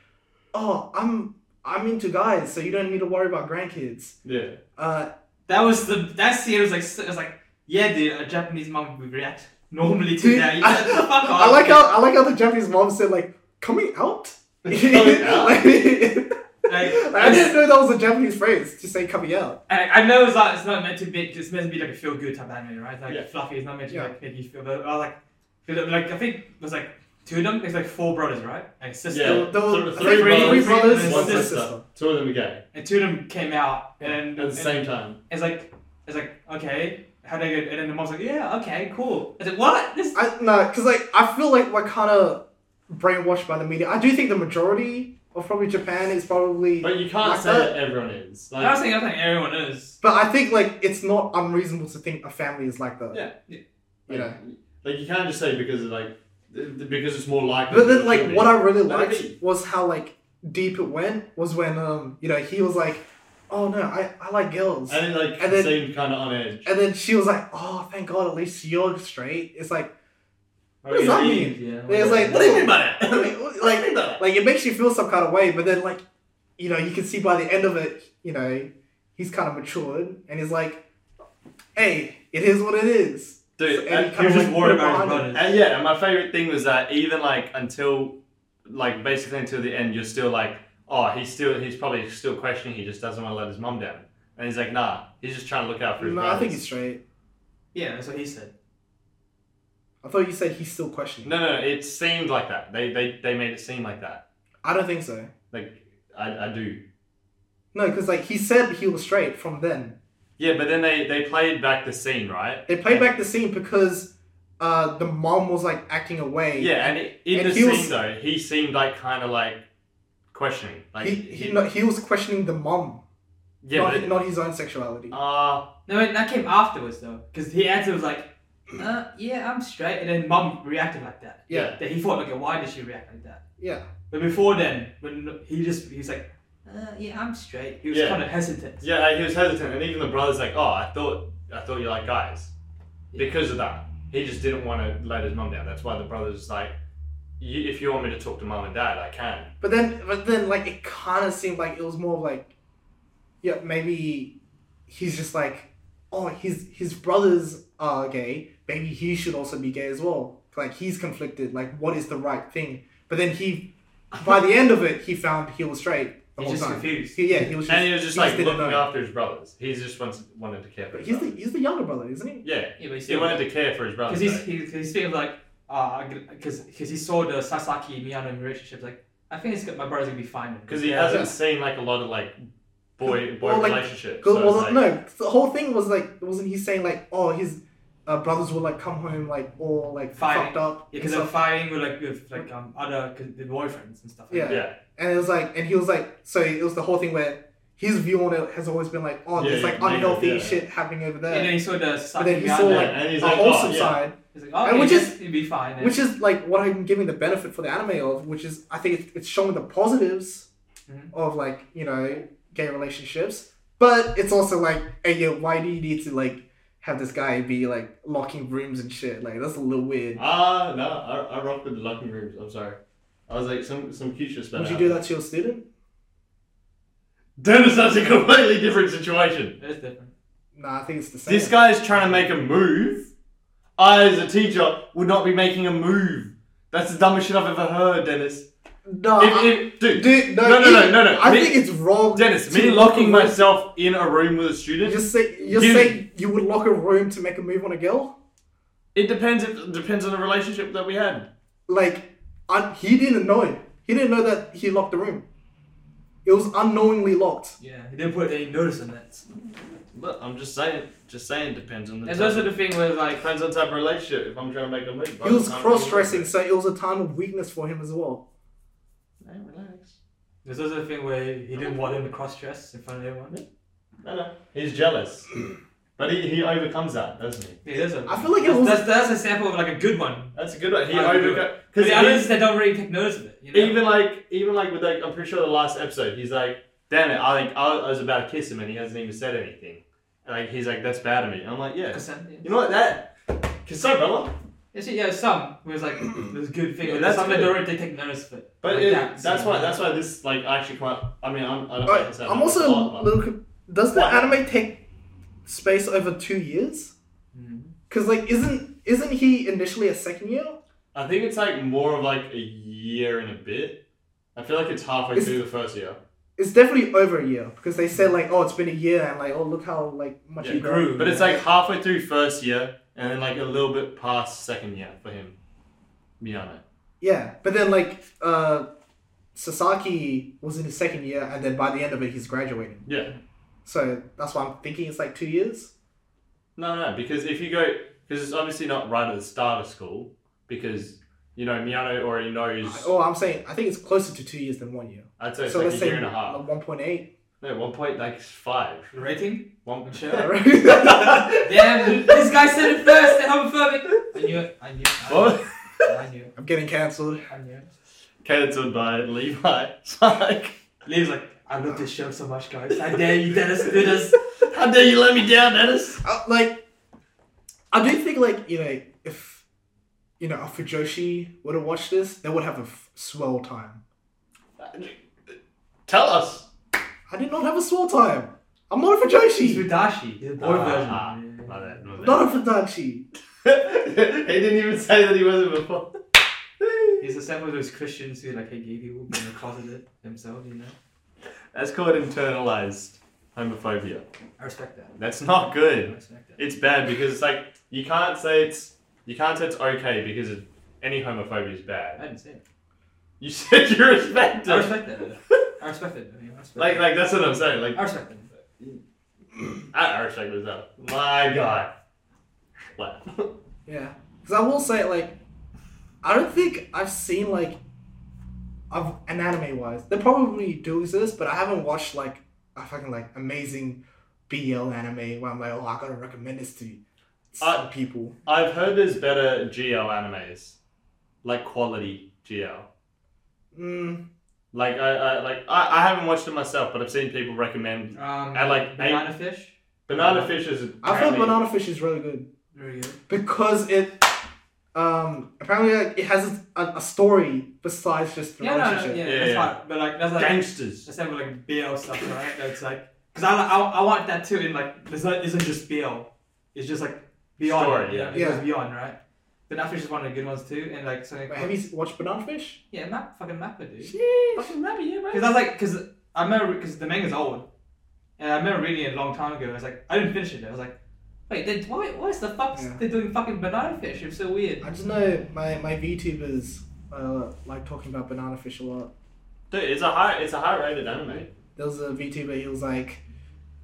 A: "Oh, I'm I'm into guys, so you don't need to worry about grandkids."
B: yeah, [laughs]
A: Uh,
C: That was the that scene was like s- it was like yeah, dude, a Japanese mom would react normally to
A: dude,
C: that. You
A: I,
C: shut the
A: [laughs]
C: fuck
A: I
C: up.
A: like how I like how the Japanese mom said like coming out.
B: [laughs] Coming out?
A: [laughs] Like-
C: like,
A: I didn't know that was a Japanese phrase to say coming out.
C: I, I know it's not, it's not meant to be it's meant to be like a feel good type anime, right? Like
B: Yeah.
C: fluffy, it's not meant to
A: Yeah.
C: like make you feel. But I was like, 'cause, like I think there's like two of them. There's like four brothers, right? Like sister,
A: the-
B: yeah. Th-
A: I
B: three,
C: think
B: brothers,
C: three brothers and
B: one
C: sister.
B: sister. Two of them are gay
C: and two of them came out,
B: at
C: and,
B: the
C: and
B: same time.
C: it's like it's like okay, how do I get? And then the mom's like, yeah, okay, cool. I was like, what? This
A: I no, because like I feel like we're kind of brainwashed by the media. I do think the majority of probably Japan is probably,
B: But you can't
A: Like
B: say
A: that.
B: that everyone is.
C: I was
B: Like,
C: thinking, I think everyone is.
A: but I think like it's not unreasonable to think a family is like that.
B: Yeah.
A: You know.
B: like you can't just say because of like th- th- because it's more likely.
A: But
B: that
A: then,
B: it
A: like,
B: should
A: what
B: be.
A: I really
B: Let it
A: liked was how like deep it went. Was when um, you know, he was like, "Oh no, I, I like girls," and,
B: and it like
A: and then-
B: seemed kind of on edge.
A: then she was like, "Oh, thank God, at least you're straight." It's like,
C: What
A: does that
C: Yeah.
A: it was [laughs] like,
B: What do you mean by
A: I
B: that?
A: mean, like, like it makes you feel some kind of way. But then, like, you know, you can see by the end of it, you know, he's kind of matured, and he's like, "Hey, it is what it is." And
B: Dude,
A: he
B: and,
C: He was
A: kinda
C: just
A: like
C: worried
A: put
C: about his
A: behind
C: brothers.
B: and yeah, and my favorite thing was that even like until, like basically until the end, you're still like, oh, he's still he's probably still questioning. He just doesn't want to let his mum down, and he's like, nah, he's just trying to look out for his
A: No,
B: brothers.
A: I think he's straight.
C: Yeah, that's what he said.
A: I thought you said he's still questioning.
B: no, no, it seemed like that. They they they made it seem like that.
A: I don't think so.
B: Like I I do.
A: No, because like he said he was straight from then.
B: Yeah, but then they they played back the scene, right?
A: They played back the scene because uh, the mom was like acting away.
B: Yeah, and i- in
A: And
B: the
A: he
B: scene
A: was-
B: though, he seemed like kind of like questioning, like
A: he he, no, he was questioning the mom,
B: yeah,
A: not,
B: but it-
A: not his own sexuality.
B: ah,
C: No, wait, that came afterwards though, because the answer was like, uh, yeah, I'm straight, and then mum reacted like that.
A: yeah,
C: That he thought, okay, why did she react like that?
A: yeah,
C: But before then, when he just he was like, uh, yeah, I'm straight. He was
B: Yeah.
C: kind of hesitant.
B: yeah, like, he was hesitant, and even the brother's like, oh, I thought I thought you like guys,
C: Yeah.
B: because of that, he just didn't want to let his mum down. That's why the brother's like, you, if you want me to talk to mum and dad, I can.
A: But then, but then, like it kind of seemed like it was more of like, yeah, maybe he's just like, oh, his his brothers are gay. Maybe he should also be gay as well. Like he's conflicted. Like what is the right thing? But then he, by the end of it, he found he was straight the
C: He's
A: whole
C: just
A: time.
C: confused.
A: He- yeah, he was. Just,
B: and he was just like
A: didn't
B: looking
A: know.
B: after his brothers. He just wants wanted to care for.
A: But
B: His
A: he's the
B: brothers.
A: he's the younger brother, isn't he?
B: yeah,
C: Yeah, but he
B: he
C: still
B: wanted to care for his brothers.
C: because he's
B: though.
C: he, he's sort of like, uh, because because he saw the Sasaki Miyano relationship, like I think it's good. my brother's gonna be fine.
B: Because he
A: Yeah.
B: hasn't seen like a lot of like boy boy
A: Well, like,
B: relationships.
A: Cause,
B: so
A: well,
B: it's like,
A: no, the whole thing was like, wasn't he saying like, oh, his uh, brothers would like come home like all like
C: Fighting.
A: fucked up,
C: Yeah,
A: and,
C: because they're
A: stuff.
C: fighting with like with like um other cause the boyfriends and stuff. Like
A: Yeah.
C: that.
B: Yeah,
A: and it was like, and he was like, so it was the whole thing where his view on it has always been like, oh,
B: Yeah,
A: there's like
B: yeah,
A: unhealthy
B: yeah.
A: shit happening over
C: And then
A: there,
C: he saw the
A: but
C: Sasaki
A: then he
C: Miyano.
A: saw
B: Yeah,
A: like
B: and
A: a
B: he's like,
A: wholesome
B: oh, yeah.
A: side,
C: He's like, oh,
A: And
C: okay,
A: which is-
C: just- it'll be fine. then."
A: which is like what I'm giving the benefit for the anime of, which is I think it's, it's showing the positives
C: Mhm.
A: of like you know gay relationships, but it's also like, hey, yeah, why do you need to like have this guy be like locking rooms and shit. Like that's a little weird.
B: Ah, no, I, I rocked with the locking rooms. I'm sorry. I was like, some some future spell.
A: Would you do that to your student?
B: Dennis, that's a completely different situation.
C: It's different.
A: Nah, I think it's the same.
B: This guy is trying to make a move. I, as a teacher, would not be making a move. That's the dumbest shit I've ever heard, Dennis.
A: No,
B: If,
A: I-
B: if, dude,
A: dude,
B: no, no, no,
A: even-
B: no, no.
A: I
B: Me-
A: think it's wrong.
B: Dennis,
A: to
B: me
A: lock a
B: locking
A: room-
B: myself in a room with a
A: You're
B: student.
A: just say, you're
B: You-
A: saying you would lock a room to make a move on a girl?
B: It depends. It depends on the relationship that we had.
A: Like, I, he didn't know it. He didn't know that he locked the room. It was unknowingly locked.
C: Yeah, he didn't put any notice on that.
B: But I'm just saying. Just saying, depends on the.
C: There's
B: type-
C: also the thing where like
B: depends on the type of relationship. If I'm trying to make a move,
A: He was cross-dressing, so it was a time of weakness for him as well.
B: Hey, relax.
C: there's also the thing where he didn't want him to cross dress in front of everyone.
B: No, no. He's jealous, [clears throat] but he, he overcomes that, doesn't he?
C: Yeah, that's a,
A: I feel like it
C: that's,
A: was
C: that's, that's a sample of like a good one.
B: That's a good one. He
C: I agree.
B: overcomes
C: Because the
B: because
C: others they don't really take notice of it. You know?
B: even like even like with like I'm pretty sure the last episode he's like, damn it, I like I was about to kiss him and he hasn't even said anything. And like he's like, that's bad of me. And I'm like, yeah.
C: Consent, yeah.
B: You know what that? Cause so brother.
C: Yeah, so, yeah, some was [clears throat] like there's good thing.
B: Yeah,
C: but
B: that's
C: some that
B: good.
C: don't really take notice of it.
B: But
C: like
B: it,
C: that,
B: that's
C: so-
B: why that's why this like actually quite. I mean, I'm I don't like this
A: Alright, I'm
B: anime a lot,
A: also
B: but-
A: a little. con- Does the
B: What?
A: anime take space over two years?
C: Mhm.
A: Because like, isn't isn't he initially a second year?
B: I think it's like more of like a year and a bit. I feel like it's halfway
A: It's-
B: through the first year.
A: It's definitely over a year because they said like, oh, it's been a year, and like, oh, look how like much
B: Yeah,
A: he
C: he
A: grew.
C: grew.
B: But it's like halfway through first year and then like a little bit past second year for him. Miyano.
A: Yeah, but then like, uh, Sasaki was in his second year, and then by the end of it, he's graduating.
B: Yeah.
A: So that's why I'm thinking it's like two years.
B: No, no, because if you go, because it's obviously not right at the start of school, because you know Miano already knows.
A: I- oh, I'm saying I think it's closer to two years than one year.
B: I'd say it's
A: so
B: like a
A: let's say
B: year and a half.
A: one point eight. [laughs]
B: No, one point like five. [laughs]
C: The rating.
B: One.
C: Sure.
A: Right? [laughs]
C: Damn, this guy said it first. They're homophobic. I knew it. I knew it. I knew
B: What?
C: it. I knew it.
A: I'm getting cancelled.
C: I knew it.
B: Cancelled by Levi. Like,
C: Lee's like, I love this show so much, guys. I dare you, Dennis, do [laughs] this.
B: how dare you let me down, Dennis?
A: Uh, like, I do think like you know if you know if Fujoshi would have watched this, they would have a f- swell time.
B: Tell us.
A: I did not have a swell time. I'm not a Fujoshi.
C: He's Udashi. He's the boy
B: Ah,
C: version.
B: my bad, my bad.
A: Not a Fudachi.
B: [laughs] he didn't even say that he wasn't before. [laughs]
C: He's a sample of those Christians who like hate gay people and they closeted themselves, you know?
B: That's called internalized homophobia.
C: I respect that.
B: That's not good.
C: I respect that.
B: it's bad because it's like you can't say it's you can't say it's okay because it, any homophobia is
C: I
B: bad.
C: didn't say it.
B: You said [laughs] you respect
C: I
B: it.
C: respect [laughs] that. I respect it. I mean, I respect
B: Like
C: it.
B: like that's what I'm saying. Like
C: I respect it.
B: I, I respect this though. My God. Wow. [laughs]
A: Yeah, because I will say like, I don't think I've seen like, of an anime wise, they probably do exist, but I haven't watched like a fucking like amazing BL anime where I'm like, oh, I gotta recommend this to some
B: Uh,
A: people.
B: I've heard there's better GL animes, like quality GL.
A: Mm,
B: Like I, I like I, I haven't watched it myself, but I've seen people recommend
C: Um,
B: I like-
C: banana fish.
B: Banana Fish is.
A: I thought
B: apparently-
A: Banana Fish is really good
C: Very good.
A: because it. Um, apparently, like, it has a, a story besides just the
C: Yeah, no, no,
A: relationship.
C: yeah,
B: Yeah,
C: that's
B: yeah.
C: fine. But like, that's like
B: Gangsters.
C: Let's have like BL stuff, right? That's like, cause I, I, I want that too. In like, this not, isn't just BL. It's just like beyond.
B: Story,
C: you
B: yeah.
C: know, It goes
A: Yeah.
C: beyond, right? But Nightfish is one of the good ones too, and like something.
A: Wait, have you watched Banana Fish?
C: Yeah, map fucking Mappa, dude.
A: Sheesh.
B: Fucking rabbit, yeah,
C: Cause I was like, cause I remember, cause the manga's old, and I remember reading it a long time ago. I was like, I didn't finish it. I was like, wait, they, why, why is the fuck
A: Yeah.
C: they're doing fucking banana fish? It's so weird.
A: I just know my, my VTubers uh, like talking about Banana Fish a lot.
B: Dude, it's a high, it's a high rated anime.
A: There was a VTuber, he was like,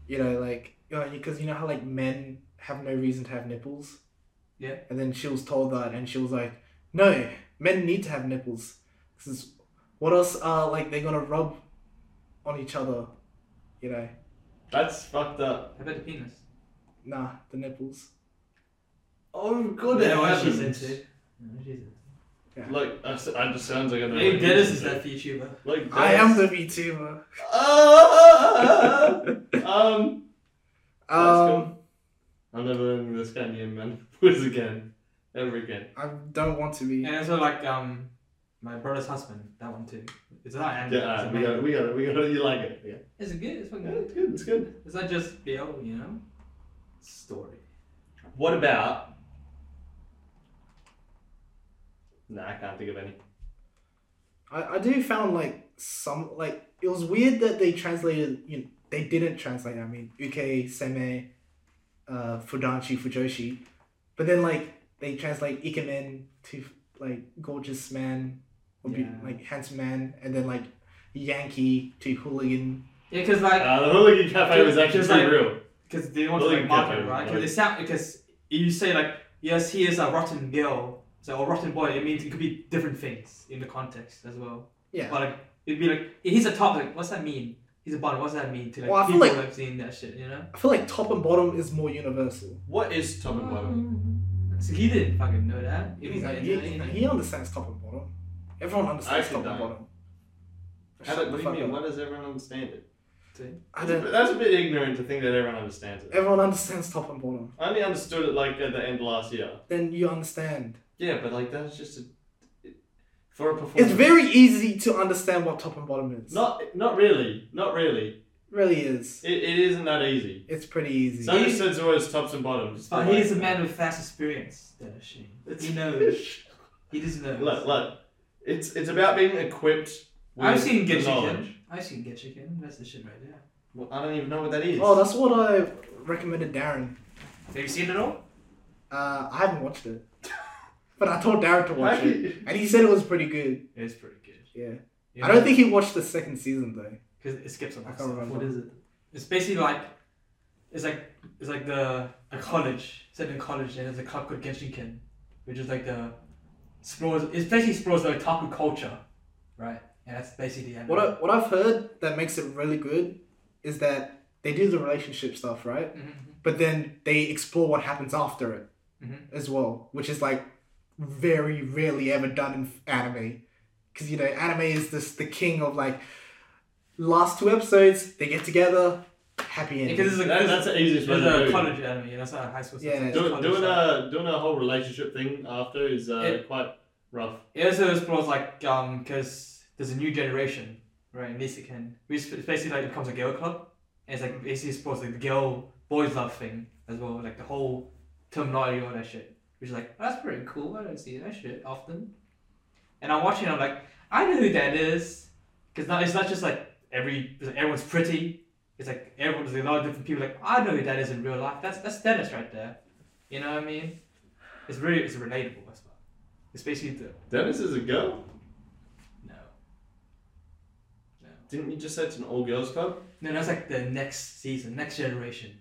A: you know, like, because you know how, like, men have no reason to have nipples?
C: Yeah.
A: And then she was told that, and she was like, no, men need to have nipples. Because what else are, like, they're going to rub on each other? You know,
B: That's fucked up.
C: How about the penis?
A: nah, the nipples.
B: Oh
C: I
B: god,
C: don't know what she's into. I don't know what she's into.
B: Look, I s- I just sounds like I know.
C: Maybe
B: what
C: Dennis
B: he's
C: is
B: into.
C: that VTuber.
B: Look, Dennis.
A: I am the VTuber.
B: Ah, [laughs] um.
A: Um,
B: cool. I'm never learning the Scandinavian [laughs] quiz again. Ever again.
A: I don't want to be.
C: And also like um, my brother's husband, that one too. It's not anime.
B: Yeah,
C: it's,
B: we got
C: amazing.
B: it, we got it, we got it. You like it. Yeah.
C: Is it good? It's fucking
B: yeah
C: good.
B: it's good, it's good.
C: It's not just BL, you know. Story.
B: What about. Nah, I can't think of any.
A: I, I do found like some like it was weird that they translated. You know, they didn't translate. I mean, Uke Seme, uh, Fudanshi Fujoshi, but then like they translate Ikemen to like gorgeous man or be,
C: Yeah.
A: like handsome man, and then like Yankee to hooligan.
C: Yeah, because like,
B: Uh, the Hooligan Cafe was actually
C: Just
B: pretty
C: like-
B: real.
C: because they want to
B: Well,
C: like
B: you
C: market,
B: get that,
C: right? Because
B: like-
C: they sound because if you say like, yes, he is a rotten girl, so or rotten boy. It means it could be different things in the context as well.
A: Yeah.
C: But like, it'd be like he's a top. Like, what's that mean? He's a bottom. What's that mean to like
A: Well, I feel
C: people
A: like-
C: who have seen that shit? You know.
A: I feel like top and bottom is more universal.
B: What is top and
C: Mm-hmm.
B: bottom?
C: So he didn't fucking know that. If he's not
A: he,
C: into it, you know.
A: he understands top and bottom. Everyone understands
B: actually
A: top and
B: don't.
A: bottom.
B: How
A: Shut
B: do,
A: the
B: what do you
A: fuck
B: mean?
A: up.
B: Why does everyone understand it?
A: I don't.
B: That's a bit ignorant to think that everyone understands it.
A: Everyone understands top and bottom.
B: I only understood it like at the end of last year.
A: Then you understand.
B: Yeah, but like that's just a it- for a performance.
A: It's very easy to understand what top and bottom is.
B: not not really, not really.
A: really is.
B: It, it isn't that easy.
A: It's pretty easy.
B: So I just said the words tops and bottoms.
C: But he's Oh, a man with vast experience. That shit.
A: [laughs]
C: He knows. He just knows.
B: [laughs] look, look. It's it's about being equipped. With
C: I've seen
B: the
C: Get
B: knowledge.
C: Chicken. I've seen Get Chicken. That's the shit right there.
B: Well, I don't even know what that is.
A: oh, that's what I recommended Darren.
C: Have you seen it all?
A: Uh, I haven't watched
B: [laughs]
A: it, but I told Darren to watch
B: Have
A: it,
B: you-
A: and he said it was pretty good.
C: It's pretty good.
A: Yeah.
C: You
A: I don't
C: know,
A: think he watched the second season though.
C: because it skips a lot
A: I
C: of
A: can't
C: stuff.
A: remember.
C: What is it? It's basically like it's like it's like the a college. It's set in college and there's a club called Genshinken, which is like the explores it's basically explores the otaku culture. Right. And that's basically the anime.
A: What I, what I've heard that makes it really good is that they do the relationship stuff right,
C: Mhm.
A: but then they explore what happens after it
C: Mhm.
A: as well, which is like very rarely ever done in f- anime. Because you know, anime is this the king of like last two episodes they get together, happy ending.
C: Because it's a,
B: That- that's the easiest way
C: it's
B: to
C: a
B: do.
C: college anime, you know, it's not a high school.
A: Yeah.
C: it's a
B: Do, uh,
C: college
B: doing
C: stuff.
B: a doing a whole relationship thing after is uh,
C: It-
B: quite rough.
C: It also explores like um because there's a new generation right in Isekan, which is basically like becomes a girl club, and it's like basically explores like the girl boys love thing as well, like the whole terminology all that shit, which is like that's pretty cool. I don't see that shit often, and I'm watching. I'm like I know who that is, because not it's not just like every it's like everyone's pretty. It's like everyone's like, a lot of different people. Like I know who that is in real life. That's that's Dennis right there. You know what I mean? It's really it's relatable as well. It's basically the
B: Dennis is a girl.
C: no. No.
B: Didn't you just say it's an all girls club?
C: No, that's like the next season, next generation.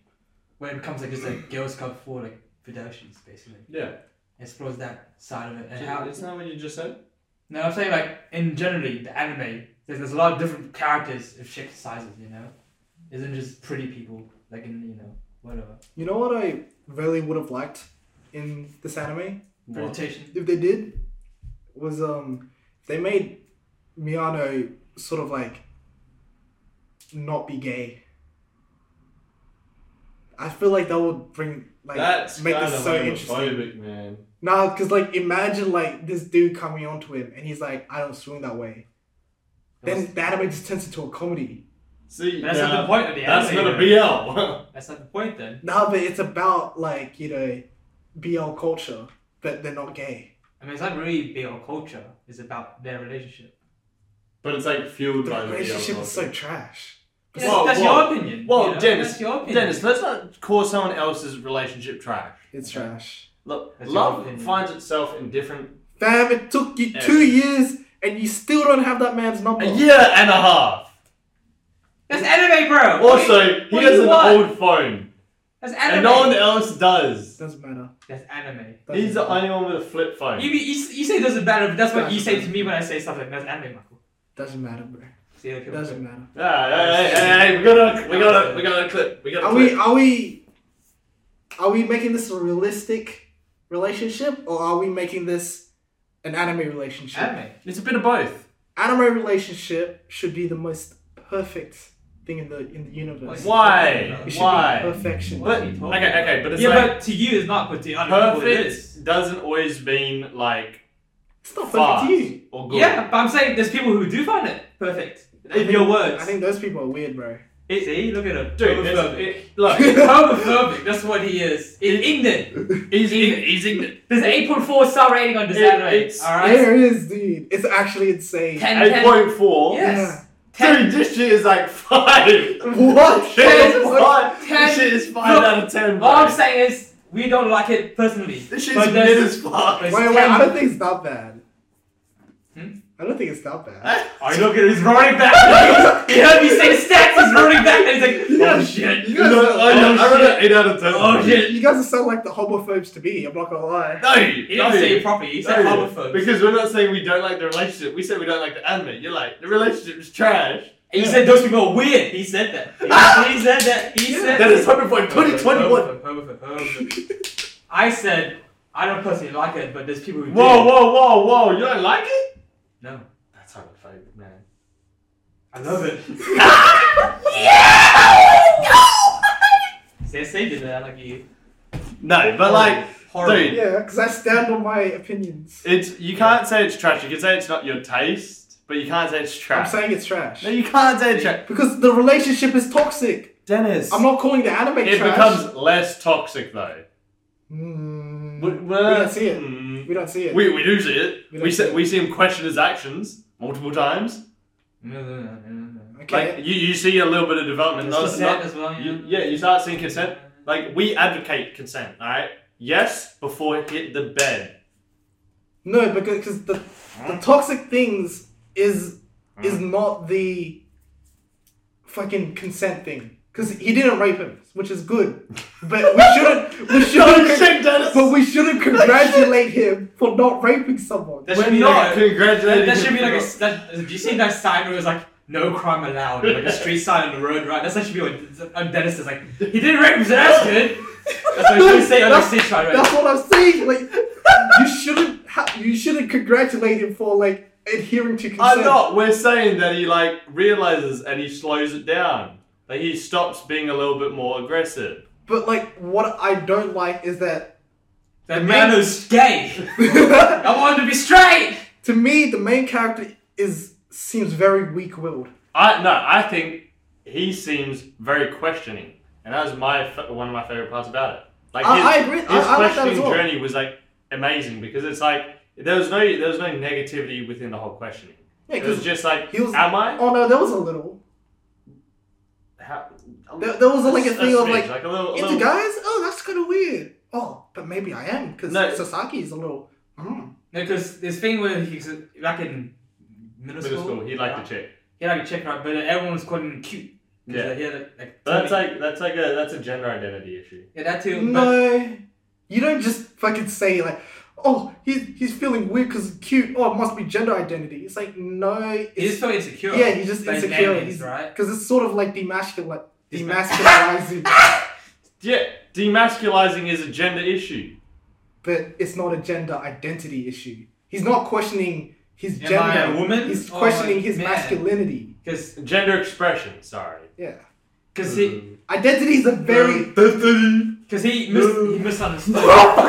C: When it becomes like just
B: [clears throat]
C: like Girls Club for like productions basically.
B: Yeah.
C: Explores that side of it and
B: Ju-
C: how
B: Isn't that what you just said?
C: No, I'm saying like in generally the anime, there's, there's a lot of different characters of shapes and sizes, you know? Isn't just pretty people, like in you know, whatever.
A: you know what I really would have liked in this anime
C: Presentation.
A: if they did was um they made Miano sort of like not be gay. I feel like that would bring like
B: That's
A: make
B: kind of
A: this so interesting.
B: homophobic, man.
A: Nah, because like imagine like this dude coming onto him and he's like, I don't swing that way. Then the anime just turns into a comedy.
B: See,
C: But that's not
B: now,
C: the point of the
B: That's
C: anime,
B: not a
C: though.
B: BL.
C: That's not the point then.
A: Nah, but it's about like, you know, BL culture, but they're not gay.
C: I mean it's not really BL culture, it's about their relationship.
B: [laughs] but it's like fueled
A: The
B: by the
A: relationship
B: BL.
A: is so trash.
C: [laughs] That's,
B: Whoa,
C: that's
B: whoa.
C: your opinion.
B: Whoa,
C: you know?
B: Dennis,
C: That's your opinion.
B: Dennis, let's not call someone else's relationship trash.
A: It's trash.
B: Look,
C: That's your
B: love
C: opinion.
B: finds itself in different
A: Fam, it took you
B: Yeah.
A: two years and you still don't have that man's number.
B: a year and a half.
C: That's anime bro!
B: Also, he
C: what do
B: has
C: you
B: an
C: want?
B: old phone,
C: That's anime.
B: and no one else does.
A: Doesn't matter.
C: That's anime.
A: Doesn't
B: He's the
A: matter.
B: only one with a flip phone.
C: You, you, you say it doesn't matter, but that's what
A: That's
C: you say
A: okay.
C: to me when I say stuff like that's anime, Michael.
A: Doesn't matter, bro.
C: See, like,
A: It doesn't matter.
B: Ah, hey, hey, hey, hey, we got a, we got a, we got a clip. We got a
A: Are
B: clip.
A: we are we are we making this a realistic relationship or are we making this an anime relationship?
C: anime.
B: It's a bit of both.
A: Anime relationship should be the most perfect thing in the in the universe. [laughs]
B: Why?
A: It should be
B: Why?
A: perfection.
C: What?
B: But okay, okay, but it's
C: yeah,
B: like
C: but to you it's not, but to other people it is.
B: perfect doesn't always mean like
A: It's not perfect
B: fast
A: to you.
B: or good.
C: Yeah, but I'm saying there's people who do find it perfect.
A: I
C: In
A: think-
C: your words.
A: I think those people are weird, bro.
C: It- See, look at him.
B: Dude, there's-
C: homophobic.
B: it-
A: [laughs]
B: look,
C: He's homophobic, that's what he is. In England.
B: he's in, he's in.
C: There's an 8.4 star rating on this
B: It-
C: anime.
B: it's-
C: Alright?
A: There is, dude. It's actually insane.
C: 10
B: Eight
C: 10.
B: point four.
C: Yes.
B: Dude, this shit is like five.
A: What?
B: This is
A: What?
B: five. This
C: Ten.
B: shit is five
C: Look,
B: out of ten. Bro.
C: All I'm saying is, we don't like it personally.
B: this shit
C: But
B: is
C: there's-
B: mid as fuck.
C: Wait,
A: Wait, wait. I don't think it's that bad.
C: Hmm?
A: I don't think it's that bad.
B: I [laughs]
C: I look at his running back. [laughs] he heard me say the stats. He's running back, and
B: [laughs]
C: he's like, "Oh shit!"
A: You guys
B: No,
A: are-
B: I,
C: oh,
B: I read
C: shit.
B: an eight out of ten.
C: Oh, shit.
A: You guys are so like the homophobes to me. I'm not gonna lie.
B: No,
C: He didn't
B: no.
C: say it properly. He said
B: No,
C: homophobe.
B: because we're not saying we don't like the relationship. We said we don't like the anime. You're like the relationship is trash.
C: And you said those people are weird. He said
B: [laughs]
C: that. He, he said that. He said
B: That is hundred point twenty twenty one.
C: Homophobe, homophobe,
A: [laughs]
C: homophobe. I said I don't personally like it, but there's people who
B: Whoa,
C: do.
B: whoa, whoa, whoa! You don't like it?
C: No,
B: That's homophobic, man.
C: I love it. [laughs] Say, say did that like you.
B: No, but like,
C: Horrible.
B: dude.
A: Yeah, because I stand on my opinions.
B: it's you can't say it's trash. You can say it's not your taste, but you can't say it's
A: I'm
B: trash.
A: saying it's trash
B: no, you can't say it's trash.
A: because the relationship is toxic.
B: Dennis,
A: I'm not calling the anime
B: it
A: trash.
B: becomes less toxic though.
A: Mm,
B: We,
A: we don't see it.
B: mm,
A: We don't see it.
B: We, we do see it.
A: We
B: We,
A: don't see
B: see,
A: it.
B: we see him question his actions multiple times.
C: No, no, no, no, no. no.
A: okay.
B: Like you, you see a little bit of development.
A: It's
B: Not,
C: Consent
B: not-
C: as well.
B: you- yeah, you start seeing consent. Like we advocate consent. All right. Yes, before it hit the bed.
A: no, because cause the the toxic things is is
B: Hmm.
A: not the fucking consent thing. Because he didn't rape him, which is good. But we shouldn't.
B: [laughs]
A: We
B: No
A: shouldn't.
B: shit, Dennis.
A: But we
B: [laughs]
A: shouldn't congratulate him for not raping someone.
C: We're
B: We're not
C: not That,
B: congratulating.
C: that
B: him
C: should be
B: for
C: like
B: not-
C: a. That, do you see that sign where it was like no crime allowed, like a street sign on the road, right? That's actually what um, Dennis is like. He didn't rape me, so that's good. That's what he should say on the street sign, right?
A: That's what I'm saying.
B: [laughs]
A: Like, you shouldn't. Ha- you shouldn't congratulate him for like adhering to consent.
B: I'm not. We're saying that he like realizes and he slows it down. Like he stops being a little bit more aggressive.
A: But like, what I don't like is that. [laughs]
C: That man is gay.
A: to
C: I wanted to be straight.
A: me, the main character is seems very weak-willed.
B: I no. I think he seems very questioning, and that was my fa- one of my favorite parts about it. Like
A: I-
B: his,
A: I agree-
B: His
A: I- I like that as
B: questioning
A: well.
B: journey was like amazing because it's like there was no there was no negativity within the whole questioning.
A: Yeah,
B: it was
A: because
B: just like,
A: he was-
B: am I?
A: oh no, there was a little.
B: How,
A: There, there was like a
B: That's-
A: thing
B: that's
A: of
B: me,
A: like,
B: a little, a
A: into
B: little-
A: guys. Oh, that's kind of weird. Oh, but maybe I am because
B: No.
A: Sasaki is a little. Mm.
C: No, because this thing where he's uh, back in middle school.
B: middle school. He liked
C: right?
B: the chick.
C: He liked a chick, right? But everyone was calling him cute. 'Cause,
B: Yeah.
C: uh, he had, like, like,
B: But that's like that's like a that's a gender identity issue.
C: yeah, that too. But,
A: No, you don't just fucking say like, oh, he's he's feeling weird because cute. Oh, it must be gender identity. It's like no,
C: he just
A: it's
C: felt insecure.
A: yeah, he's just
C: But his
A: insecure.
C: name is,
A: He's-
C: right?
A: because it's sort of like demasculate,
C: Disma-
A: demasculizing,
C: [laughs]
B: Yeah, demasculizing is a gender issue.
A: but it's not a gender identity issue. He's not questioning his
C: Am
A: gender.
C: I a woman
A: He's
C: or
A: questioning
C: a
A: his
C: man?
A: masculinity.
C: Because
B: Gender expression, sorry.
A: Yeah,
C: because he.
A: Mm. identity is a very. [laughs]
C: Because he, mis- he misunderstood.
A: Shut the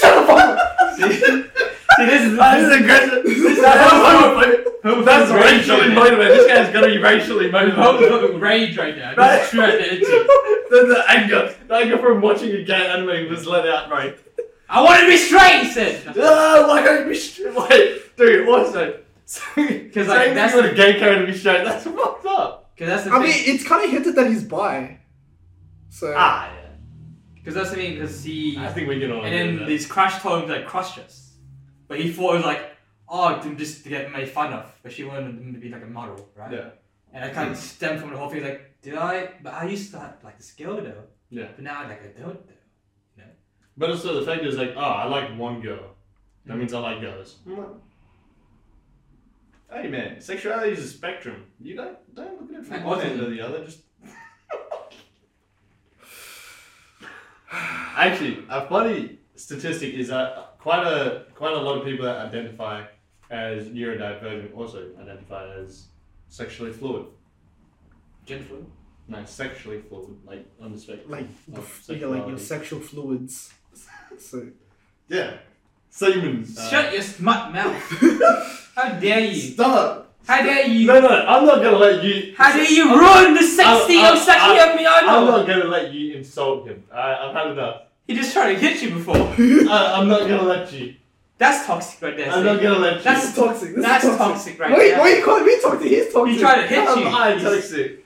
A: fuck
C: [laughs]
A: up.
C: see, see, this is
B: That is
C: this,
B: aggressive.
C: That's-
B: That's, racially motivated. This guy's gotta be racially motivated. [laughs]
C: whole rage right now.
B: Right.
C: This is true identity.
B: the, the anger, the anger from watching a gay anime was let out, right?
C: I want to be straight, he
B: [laughs]
C: said.
B: Ah, why can't you be straight? Wait, dude, also, [laughs] saying
C: like,
B: saying that
C: that's-
B: you want a gay character to be straight, that's fucked up.
C: Because that's the
A: I mean,
C: thing.
A: it's kind of hinted that he's bi. So
B: Ah,
C: Because that's the thing. Because he
B: yeah. I think we can all
C: and
B: agree
C: then
B: with that.
C: these crash told him like crushed us, but he thought it was like oh to just to get made fun of, but she wanted him to be like a model, right?
B: Yeah.
C: And I kind of stemmed from the whole thing like did I? But I used to have like the skill though.
B: Yeah.
C: But now like I don't though.
B: But also the fact is like, oh, I like one girl. That
C: Mhm.
B: means I like girls. Hey man, sexuality is a spectrum. You don't don't look at it
C: Like
B: from one
C: autism.
B: end or the other. Just [sighs] actually, a funny statistic is that quite a quite a lot of people that identify as neurodivergent also identify as sexually fluid.
C: Gender fluid?
B: No, sexually fluid, like on the spectrum.
A: Like,
C: Oh,
A: the,
B: of
A: f- yeah, like your
B: sexuality.
A: sexual fluids. So
B: Yeah. Semen. uh,
C: Shut your smut mouth!
B: [laughs]
C: How dare
A: [laughs]
C: you!
A: stop.
C: How dare you!
B: No, no, I'm not gonna let you.
C: How dare you ruin the sexy
B: I'll-
C: of Saki
B: I'll-
C: of
B: I'm
C: Miyano!
B: not gonna let you insult him. I, I've had enough.
C: He just tried to hit you before.
B: I, I'm not gonna let you.
C: That's toxic right there.
B: I'm
C: see?
B: not gonna let you.
A: This is
C: That's-
A: toxic. This
C: That's
A: is toxic.
C: toxic right
A: wait,
C: there.
A: why you calling me toxic? He's toxic.
C: He tried to hit
B: I'm
C: you.
B: I
C: He's-
B: toxic.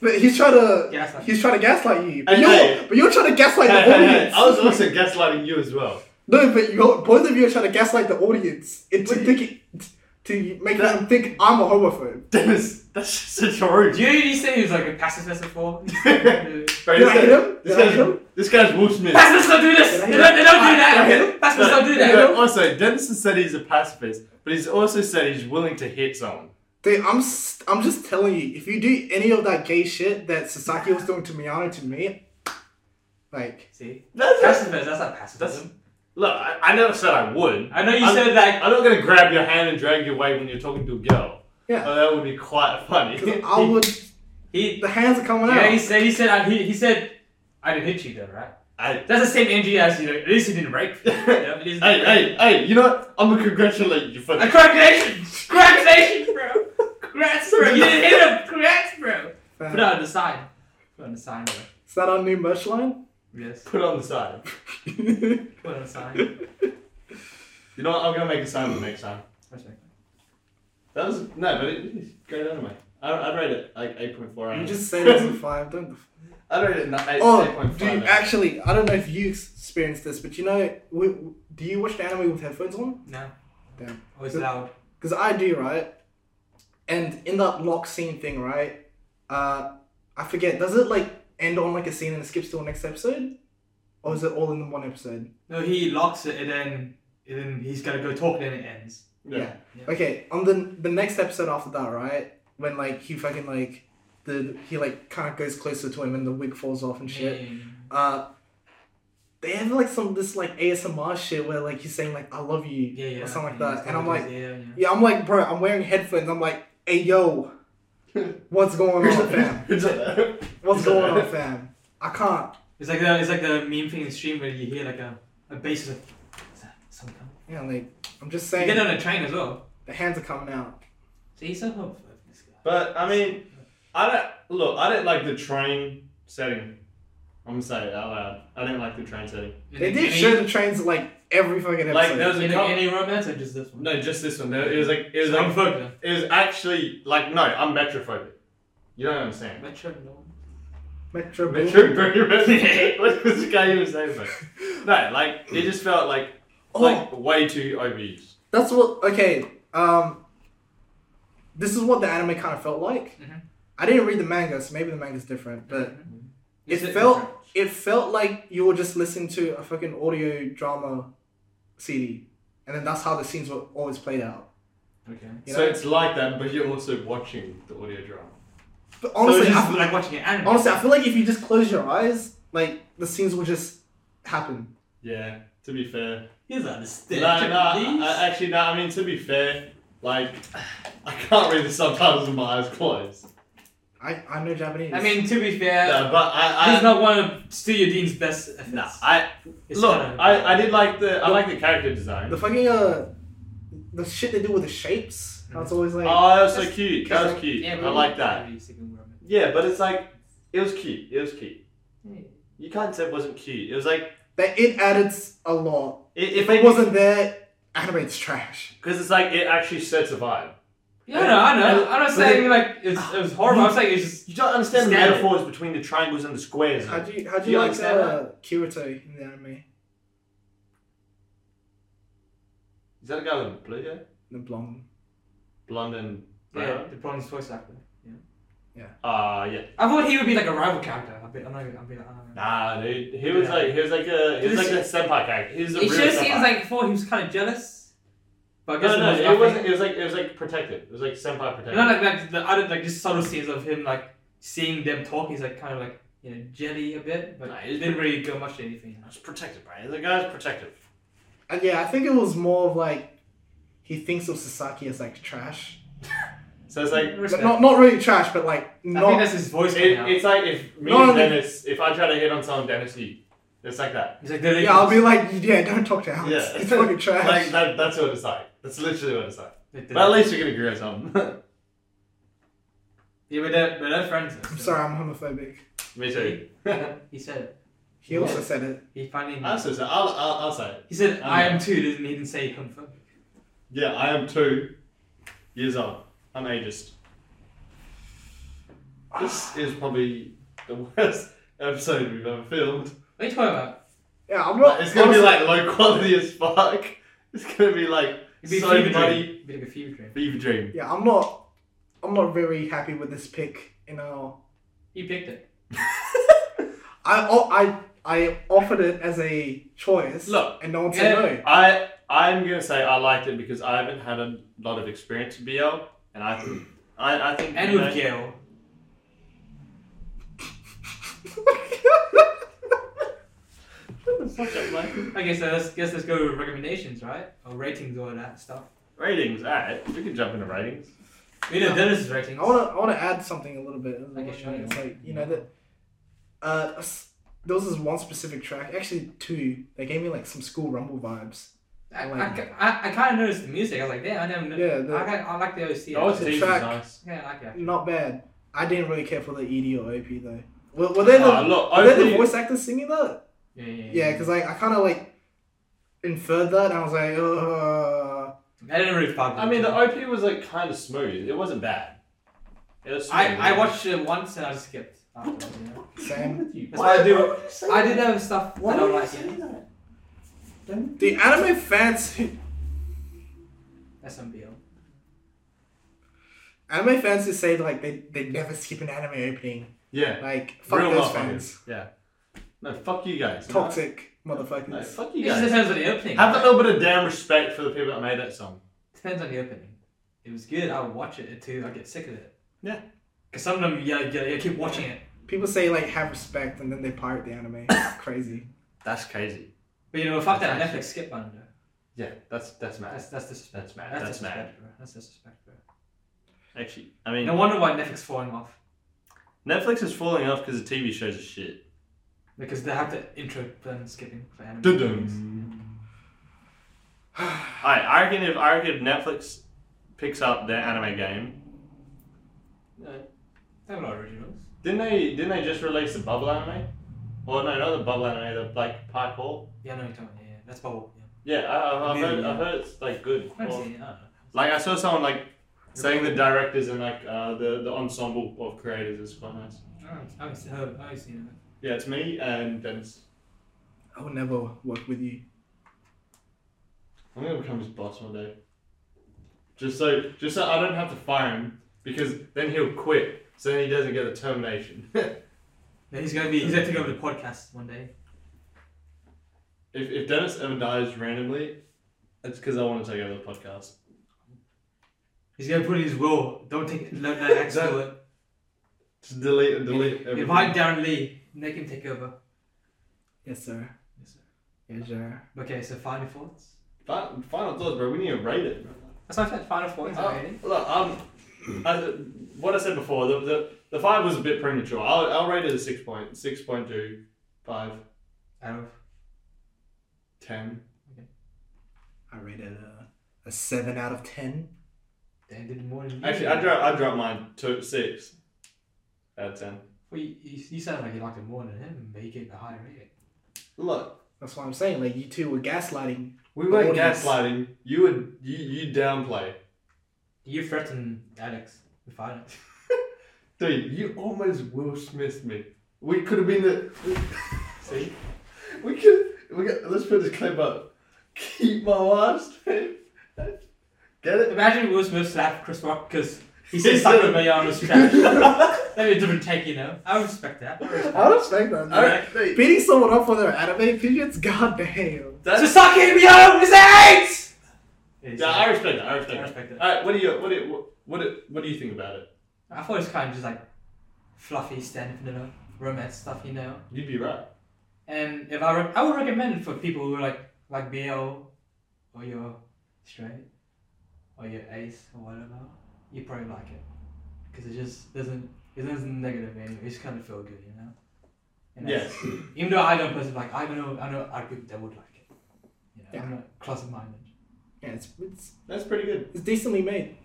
A: But he's trying to
C: Gaslight.
A: he's trying to gaslight you. But
B: Hey,
A: you're
B: hey.
A: but you're trying to gaslight
B: Hey,
A: the
B: hey, hey,
A: audience.
B: I was also gaslighting you as well.
A: No, but you're, both of you are trying to gaslight the audience into
B: Wait.
A: thinking to make them think I'm a homophobe.
B: Dennis, that's just such orange.
C: Do you know you say he was like a pacifist
B: [laughs]
C: before?
B: Bro,
A: Did I hit him?
B: This
A: Did I hit
B: guy's,
A: him?
B: this guy's Will Smith.
C: Pacifists don't do this!
A: Did I
C: They
A: hit
C: don't, they don't do
A: him? Did I hit
C: that!
A: him?
C: Pacifists
B: No,
C: don't do
B: no,
C: that!
B: also, Dennis has said he's a pacifist, but he's also said he's willing to hit someone.
A: Dude, I'm s- I'm just telling you, if you do any of that gay shit that Sasaki was doing to Miyano to me, like
C: See?
B: That's-
C: Pacifist, that's not
B: That's-
C: pacifism.
B: Look, I, I never said I would.
C: I know you
B: I'm-
C: said like,
B: I'm not gonna grab your hand and drag you away when you're talking to a girl.
A: Yeah.
B: Oh, that would be quite [laughs] funny.
A: 'cause I would
C: he,
A: the hands are coming
C: yeah, he
A: out.
C: said, he said, uh, he, he said, I didn't hit you though, right?
B: I-
C: That's the same energy as, you know, at least he didn't rape.
B: [laughs]
C: you, you know, at least he didn't
B: hey,
C: rape.
B: hey, hey! You know what? I'm gonna congratulate you for
C: Uh,
B: that.
C: Congratulations! Congratulations, bro! Congrats, bro! You didn't hit him! Congrats, bro! Put it
A: Uh,
C: on the sign. Put it on the sign, bro.
A: Is that our new merch line? [laughs]
C: Yes.
B: Put it on the side.
A: Wait,
C: Put it on the
B: [laughs]
C: sign.
B: You know what? I'm gonna make a sign for next time.
C: That's right.
B: That was no, but it, it's great anyway. I I rate it like eight point four.
A: you just said it's a five, don't
B: I rate it ni- eight eight
A: Oh,
B: point
A: do you
B: five.
A: actually? I don't know if you ex- experienced this, but you know, we, do you watch the anime with headphones on?
C: No.
A: Damn.
C: Always loud.
A: Because I do, right? And in that lock scene thing, right? Uh, I forget. Does it like end on like a scene and it skips to the next episode, or is it all in one episode?
C: No, he locks it and then and then he's gotta go talk and then it ends.
B: Yeah. [laughs]
C: Yeah.
A: Okay, on the the next episode after that, right? When like he fucking like the he like kind of goes closer to him and the wig falls off and shit. Uh, they have like some this like ASMR shit where like he's saying like I love you
C: Yeah, yeah.
A: or something like
C: yeah,
A: that, and I'm like,
C: yeah, yeah.
A: yeah, I'm like, bro, I'm wearing headphones. I'm like, hey yo, what's going on,
B: [laughs]
A: fam?
B: Who's that?
A: What's going on, fam? I can't.
C: It's like the it's like the meme thing in stream where you hear like a, a bass is like "Is that someone coming?"
A: Yeah, like I'm just
C: You
A: saying,
C: get on a train as well.
A: the hands are coming out.
C: See he's so hopeful this guy.
B: But I mean, I don't look. I don't like the train setting. I'm gonna say it out loud. I don't like the train setting.
A: They
C: In
A: did
C: any,
A: show the trains like every fucking episode.
B: Like, there was-
C: in
B: There's a
C: any romance or just this one?
B: No, just this one. There- It was like it was
C: I'm
B: like
C: fucking
B: it was actually like no. I'm metrophobic. You don't understand.
C: Metro no.
A: Metro.
B: [laughs] Metro [laughs] What was the guy even saying? Bro? No, like it just felt like
A: Oh,
B: like way too overused.
A: that's what. Okay. Um. This is what the anime kind of felt like.
C: Mhm.
A: I didn't read the manga, so maybe the manga's different, but. It
C: Is
A: felt it felt like you were just listening to a fucking audio drama CD, and then that's how the scenes were always played out.
C: okay.
A: You
B: So
A: know?
B: it's like that, but you're also watching the audio drama.
A: But
C: so
A: honestly,
C: it's just
A: I,
C: like watching an anime.
A: honestly, I feel like if you just close your eyes, like the scenes will just happen.
B: Yeah. To be fair.
C: he's on the
B: No,
C: stick.
B: no. I, I- actually, no. I mean, to be fair, like I can't read the subtitles with my eyes closed.
A: I I know Japanese.
C: I mean, to be fair,
B: No, but I. I
C: he's not one of Studio Dean's best. efforts.
B: Nah, I
C: It's
B: look.
C: kind of-
B: I, I did like the I like the character design.
A: the fucking uh, the shit they do with the shapes. That's always like.
C: Uh,
B: Oh, that was so cute. That was
A: Just-
B: cute.
C: Yeah,
B: I
C: but-
B: like that.
C: Maybe second woman.
B: Yeah, but it's like it was cute. It was cute.
C: Yeah.
B: You can't say it wasn't cute. It was like
A: that it added s- a lot.
B: it,
A: If it wasn't there, anime's trash.
B: because it's like it actually sets a vibe.
C: Yeah, no, I know. I'm not
A: But
C: saying like it's, it was horrible. I'm saying it's just
B: You don't understand the
C: Standard.
B: metaphors between the triangles and the squares.
A: How do you how do
B: Do
A: you
B: you
A: like
B: understand
A: uh, Kirito in the anime?
B: Is that a guy with blue hair,
A: The blonde.
B: blonde and
C: yeah,
B: brown?
C: the bronze voice actor. Yeah.
B: Ah, yeah.
C: I thought he would be like a rival character. I'd be, I'm not. even- I'd be like. I don't know.
B: Nah, dude. He was like he was like a he was like a senpai character. He was a
C: It
B: real
C: just
B: senpai.
C: seems like before he was kind of jealous, but I guess
B: no, no,
C: was
B: it
C: nothing.
B: wasn't. It was like it was like protected. It was like senpai
C: You
B: protected.
C: know, like like the other like just subtle scenes of him like seeing them talk. He's like kind of like you know jelly a bit, but
B: Nah,
C: it
B: he's
C: didn't really go much to anything.
B: It was protected, right? The guy's protective.
A: And yeah, I think it was more of like he thinks of Sasaki as like trash.
B: So it's like
A: But
C: Respect.
A: not not really trash, but like
C: I think
A: not.
C: that's his voice.
B: it,
C: now.
B: it's like if me
A: No,
B: and
A: no.
B: Dennis, if I try to hit on someone, Dennis, you, it's like that.
C: He's like, "They're
A: Yeah, I'll be
C: equals."
A: like, yeah, don't talk to Alex.
B: Yeah,
A: It's
B: [laughs]
A: fucking trash.
B: like that, that's what it's like. That's literally what it's like.
C: Like,
B: But at least we can agree on something. [laughs]
C: yeah, but they're, but they're friends.
A: I'm sorry, I'm homophobic.
B: me
C: [laughs]
B: too.
C: He said it.
A: He also said it.
C: He finally.
B: [laughs] I'll, say- I'll, I'll, I'll say it.
C: he said,
B: I'm
C: "I
B: not.
C: am too." Didn't he? Didn't say homophobic.
B: Yeah, I am two years old. I'm ageist. This is probably the [laughs] worst episode we've ever filmed.
C: What are you talking about?
A: Yeah, I'm
B: Like,
A: not.
B: it's gonna be
A: honestly-
B: like low quality as fuck. It's gonna be like
C: It'd be a
B: so
C: fever
B: muddy.
C: dream. It'd be like a fever dream. [laughs]
B: Fever dream.
A: Yeah, I'm not. I'm not very happy with this pick. You know,
C: He picked it.
A: I oh, I I offered it as a choice.
B: Look,
A: and no one said
C: yeah.
A: no.
B: I I'm gonna say I liked it because I haven't had a lot of experience with BL, and I think I, I think
C: And
B: you
C: with
B: know,
C: Gail.
B: [laughs] Fuck up, mate.
C: Okay, so let's guess let's go with recommendations, right? Or ratings, all that stuff.
B: ratings. Alright, we can jump into ratings.
C: We know Dennis's ratings.
A: I wanna I wanna add something a little bit. as well,
C: Okay, sure.
A: right? It's like you know that. Uh, s- there was this one specific track, actually two. They gave me like some school rumble vibes.
C: I, I, ca- I, kind of noticed the music. I was like, yeah, I never.
A: Yeah,
C: kn- I,
A: the,
C: ca- I like the OC.
B: Oh, it's
A: The
B: a
A: track-
B: nice.
C: yeah, I like it.
A: not bad. I didn't really care for the ED or OP though. Were, were they the
B: Ah, look,
A: were they the
B: hopefully-
A: voice actors singing that?
C: Yeah, yeah.
A: Yeah, because like I kind of like inferred that, and I was like, uh,
C: I didn't really fuck.
B: I mean, the OP was like kind of smooth. It wasn't bad. It was smooth.
C: I, I watched it once and I skipped. After, you know?
A: same. [laughs]
B: That's
C: That's why I do. I do have stuff I don't like.
B: say
C: Yeah.
B: that?
A: The anime fans, who-
C: That's on BL.
A: anime fans who say like they they never skip an anime opening,
B: Yeah.
A: like fuck
B: Real
A: those
B: motherfuckers.
A: fans,
B: Yeah. No, fuck you guys. No.
A: toxic
B: No,
A: motherfuckers.
B: fuck you
C: It just
B: guys.
C: depends on the opening.
B: Have a
C: right?
B: little bit of damn respect for the people that made that song.
C: Depends on the opening. If It was good. I would watch it too. I get sick of it.
B: Yeah.
C: Cause some of them, yeah, yeah, yeah, keep watching it.
A: People say like have respect, and then they pirate the anime. Crazy.
B: That's crazy.
C: But you know, fuck that.
B: That's
C: Netflix skip button. Though.
B: Yeah, that's that's mad.
C: That's that's disrespect.
B: That's mad.
C: That's,
B: That's mad.
C: disrespect, bro. That's disrespect, bro.
B: Actually, I mean,
C: No wonder why Netflix falling off
B: Netflix is falling off because the TV shows are shit.
C: because they have the intro button skipping for anime. movies.
B: [sighs] I I reckon if I reckon if Netflix picks up their anime game,
C: They're not originals.
B: didn't they? Didn't they just release the Bubble anime? Or no, not the Bubble anime. The like Pike Hall.
C: Yeah, I know you're talking. Yeah, yeah. that's bubble. Yeah.
B: Yeah, I, I've,
C: Yeah,
B: heard,
C: yeah.
B: I've heard it's like good.
C: I haven't
B: Or-
C: seen it, I don't know.
B: like I saw someone like saying the directors and like uh, the the ensemble of creators is quite nice.
C: I haven't- I haven't seen it. I haven't seen it.
B: Yeah, it's me and Dennis.
A: I will never work with you.
B: I'm gonna become his boss one day. Just so, just so I don't have to fire him because then he'll quit. So then he doesn't get a termination. [laughs] if
C: Then he's gonna be. He's gonna take over the podcast one day.
B: if Dennis ever dies randomly, it's because I want to take over the podcast.
C: He's gonna put in his will. Don't take it. Let that axe do it.
B: Just delete and delete everything.
C: Invite Darren Lee. Make him take over.
A: Yes sir.
C: Yes, sir.
A: Yes sir.
C: Okay, so final thoughts.
B: Fi- Final thoughts, bro. We need to rate it. Bro.
C: That's my fi- final thoughts.
B: Uh,
C: already.
B: look, um, I, what I said before, the, the the five was a bit premature. I'll, I'll rate it a six point six point two five
C: Out of
B: ten.
A: I rated a, a seven out of ten.
C: they did more than you.
B: Actually, I dropped I dropped mine to six out of ten.
C: Well, you, you, you sound like you liked it more than him. But you gave it a higher rating.
B: Look,
A: That's what I'm saying. Like you two were gaslighting.
B: we weren't
A: Audience.
B: gaslighting. You would you you downplay,
C: You threatened Alex with violence.
B: dude. You almost Will Smith me. We could have been [laughs] the.
C: See?
B: We could. We got, let's put this clip up. Keep my last name. Get
C: [laughs]
B: it?
C: Imagine Will Smith slapped Chris Rock because he
B: He
C: said
B: said
C: Sacramento
B: [laughs]
C: Mayano's trash. That'd be a different take, you know. Oh. I respect that. I respect
A: I respect that.
B: All right, mate.
A: Beating someone up for their anime [laughs] pigeons? God damn.
C: that.
B: That's-
C: Sasaki Miyano is eight.
B: Yeah, I respect that. I respect,
C: I respect
B: that.
C: it.
B: All right, what do you what do you, what do, what do you think about it?
C: I thought it was kind of just like fluffy stand up vanilla romance stuff, you know.
B: You'd be right.
C: And if I, re- I would recommend it for people who are like like BL or you're straight or you're ace or whatever you probably like it because it just doesn't it doesn't negative anyway. It just kind of feel good, you know. And that's-
B: Yes.
C: Even though I don't personally like, I don't know, I know other people that would like it. You know, I'm not closet-minded.
A: Yeah, it's it's,
B: [laughs] That's pretty good.
A: it's decently made.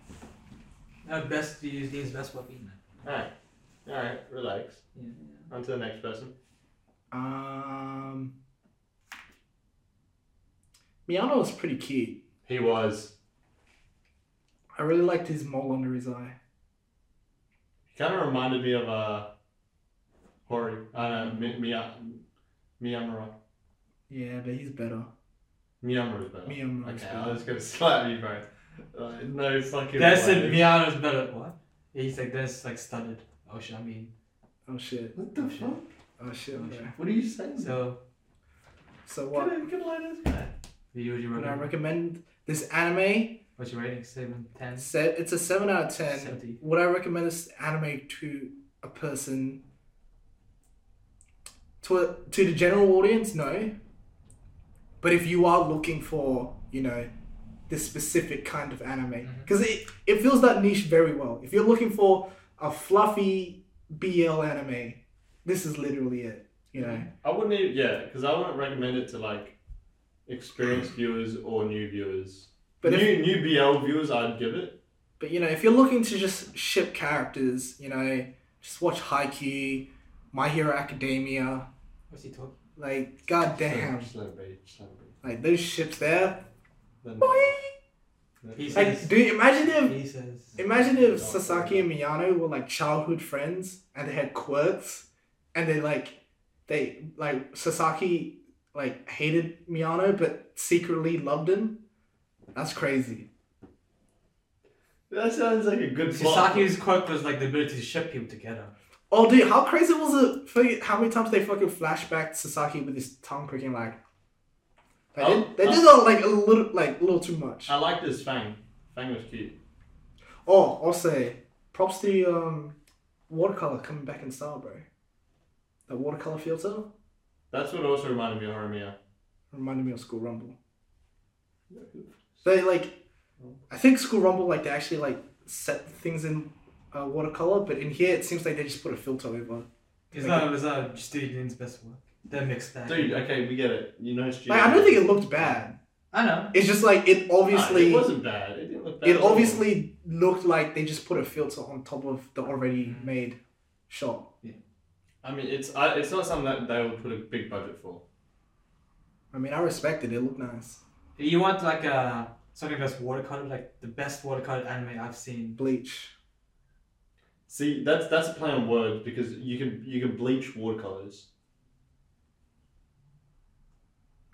C: No, best to use these best weapon.
B: Alright. Alright, relax.
C: Yeah.
B: On to the next person.
A: Um, Miano was pretty cute.
B: He was
A: I really liked his mole under his eye.
B: he kinda reminded me of uh Hori. Uh no, Mi- Miya Miyamura.
A: Yeah, but he's better.
B: Miyamura's better.
A: Miyamura is
B: Okay, I
A: better.
B: was gonna [laughs] slap you, bro. Uh, no fucking
C: That's
B: way.
C: it. Miano's better. What? He's like that's like studded. Oh shit! I mean,
A: Oh shit.
B: What the fuck?
A: Oh shit.
C: Oh,
A: bro.
C: shit.
B: What are you saying?
C: so
A: So what?
B: Good, good line is bad.
C: you would you
A: Would I
C: recommend?
A: recommend this anime?
C: What's your rating? Seven, ten.
A: Set. It's a seven out of ten.
C: Seventy.
A: Would I recommend this anime to a person? To a, to the general audience, no. But if you are looking for, you know, this specific kind of anime, because it it fills that niche very well. If you're looking for a fluffy BL anime, this is literally it. You know.
B: I wouldn't even, yeah, because I wouldn't recommend it to like experienced viewers or new viewers.
A: But
B: new
A: if-
B: new BL viewers, I'd give it.
A: But you know, if you're looking to just ship characters, you know, just watch Haikyuu, My Hero Academia,
C: What's he talking?
A: like goddamn,
B: Slow, slow beat, slow beat.
A: like those ships there.
B: Then- then-
C: He's-
A: Like, do you imagine if
C: He says.
A: imagine if Sasaki and Miyano were like childhood friends and they had quirks, and they like they like Sasaki like hated Miyano but secretly loved him. That's crazy.
B: that sounds like a good plot.
C: Sasaki's quirk was like the ability to ship people together.
A: Oh, dude, how crazy was it? For, how many times they fucking flashbacked Sasaki with his tongue pricking? Like, they
B: Oh,
A: did, they
B: oh.
A: did that like a little, like a little too much.
B: I liked his Fang. Fang was cute.
A: oh, I'll say, props to um, watercolor coming back in style, bro. That watercolor filter
B: That's what also reminded me of Horimiya.
A: reminded me of School Rumble. They like, I think School Rumble like they actually like set things in uh, watercolor, but in here it seems like they just put a filter over.
C: Is that is that just Judean's best work? That mixed that.
B: Dude, okay, we get it. You know, it's
A: Like, I don't think it looked bad.
C: I know.
A: It's just like it obviously.
B: Ah, it wasn't bad. It didn't look bad.
A: it
B: at all.
A: obviously looked like they just put a filter on top of the already made shot.
B: I mean, it's I, it's not something that they would put a big budget for.
A: I mean, I respect it. It looked nice.
C: You want like a something that's watercolor, like the best watercolor anime I've seen.
A: Bleach.
B: See, that's that's a play on words because you can you can bleach watercolors.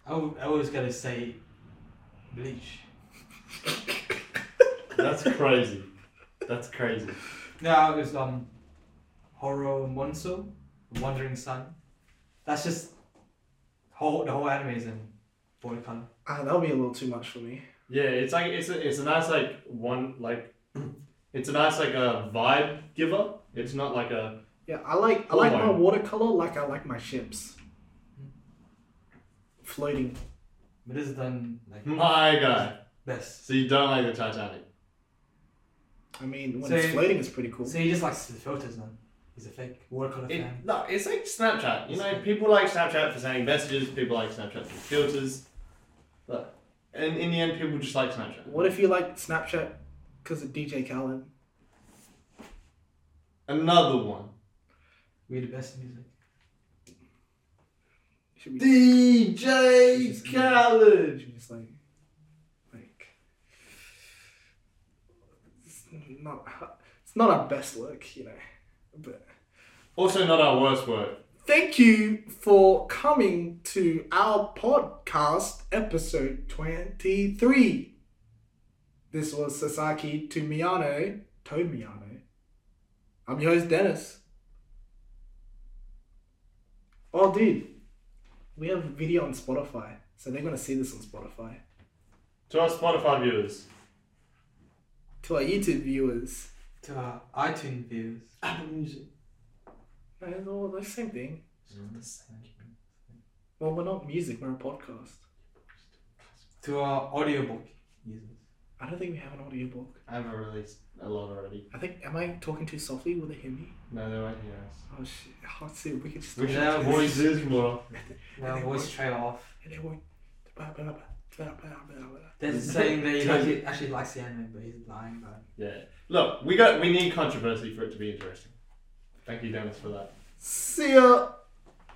C: I, w- I always gotta say, Bleach.
B: That's crazy. That's crazy.
C: No, it was um, Horo Monso, Wandering Sun. That's just whole the whole anime is in watercolor.
A: [laughs] Ah, that'll be a little too much for me.
B: Yeah, it's like it's a it's a nice like one like [clears throat] it's a nice like a vibe giver. It's not like a
A: Yeah, I like I like
B: Why?
A: my watercolor like I like my ships. Floating.
C: But this is done like
B: my guy.
C: best.
B: So you don't like the Titanic.
A: I mean, when
C: So-
A: it's floating, it's pretty cool.
C: So he just likes the filters, man. He's a fake watercolor
B: It,
C: fan.
B: no, it's like Snapchat. You know, people like Snapchat for sending messages. People like Snapchat for filters. But and in the end, people just like Snapchat.
A: What if you like Snapchat because of DJ Khaled?
B: Another one.
C: We the best music.
A: Should we
B: DJ Khaled.
A: should we just like like it's not it's not our best work, you know, but.
B: Also, not our worst work.
A: Thank you for coming to our podcast episode 23. This was Sasaki to Miyano, to Miyano. I'm your host, Dennis. Oh, dude, we have a video on Spotify, so they're going to see this on Spotify.
B: To our Spotify viewers,
A: To our YouTube viewers,
C: To our iTunes views.
B: Apple Music.
A: eh, it's all the same thing. Well, we're not music, we're a podcast.
C: To our audiobook users.
A: I don't think we have an audiobook.
B: I haven't released a lot already.
A: I think am I talking too softly? Will they hear me?
B: No, they won't hear us.
A: Oh shit! Oh, let's see, we can just.
B: We should have voices more.
C: Well, voice trail off.
A: And they won't. Ba- ba- ba- ba- ba- ba- ba.
C: [laughs] There's a saying that he actually, actually likes the anime, but he's blind. But
B: Yeah. Look, we got we need controversy for it to be interesting. Thank you, Dennis, for that.
A: See ya.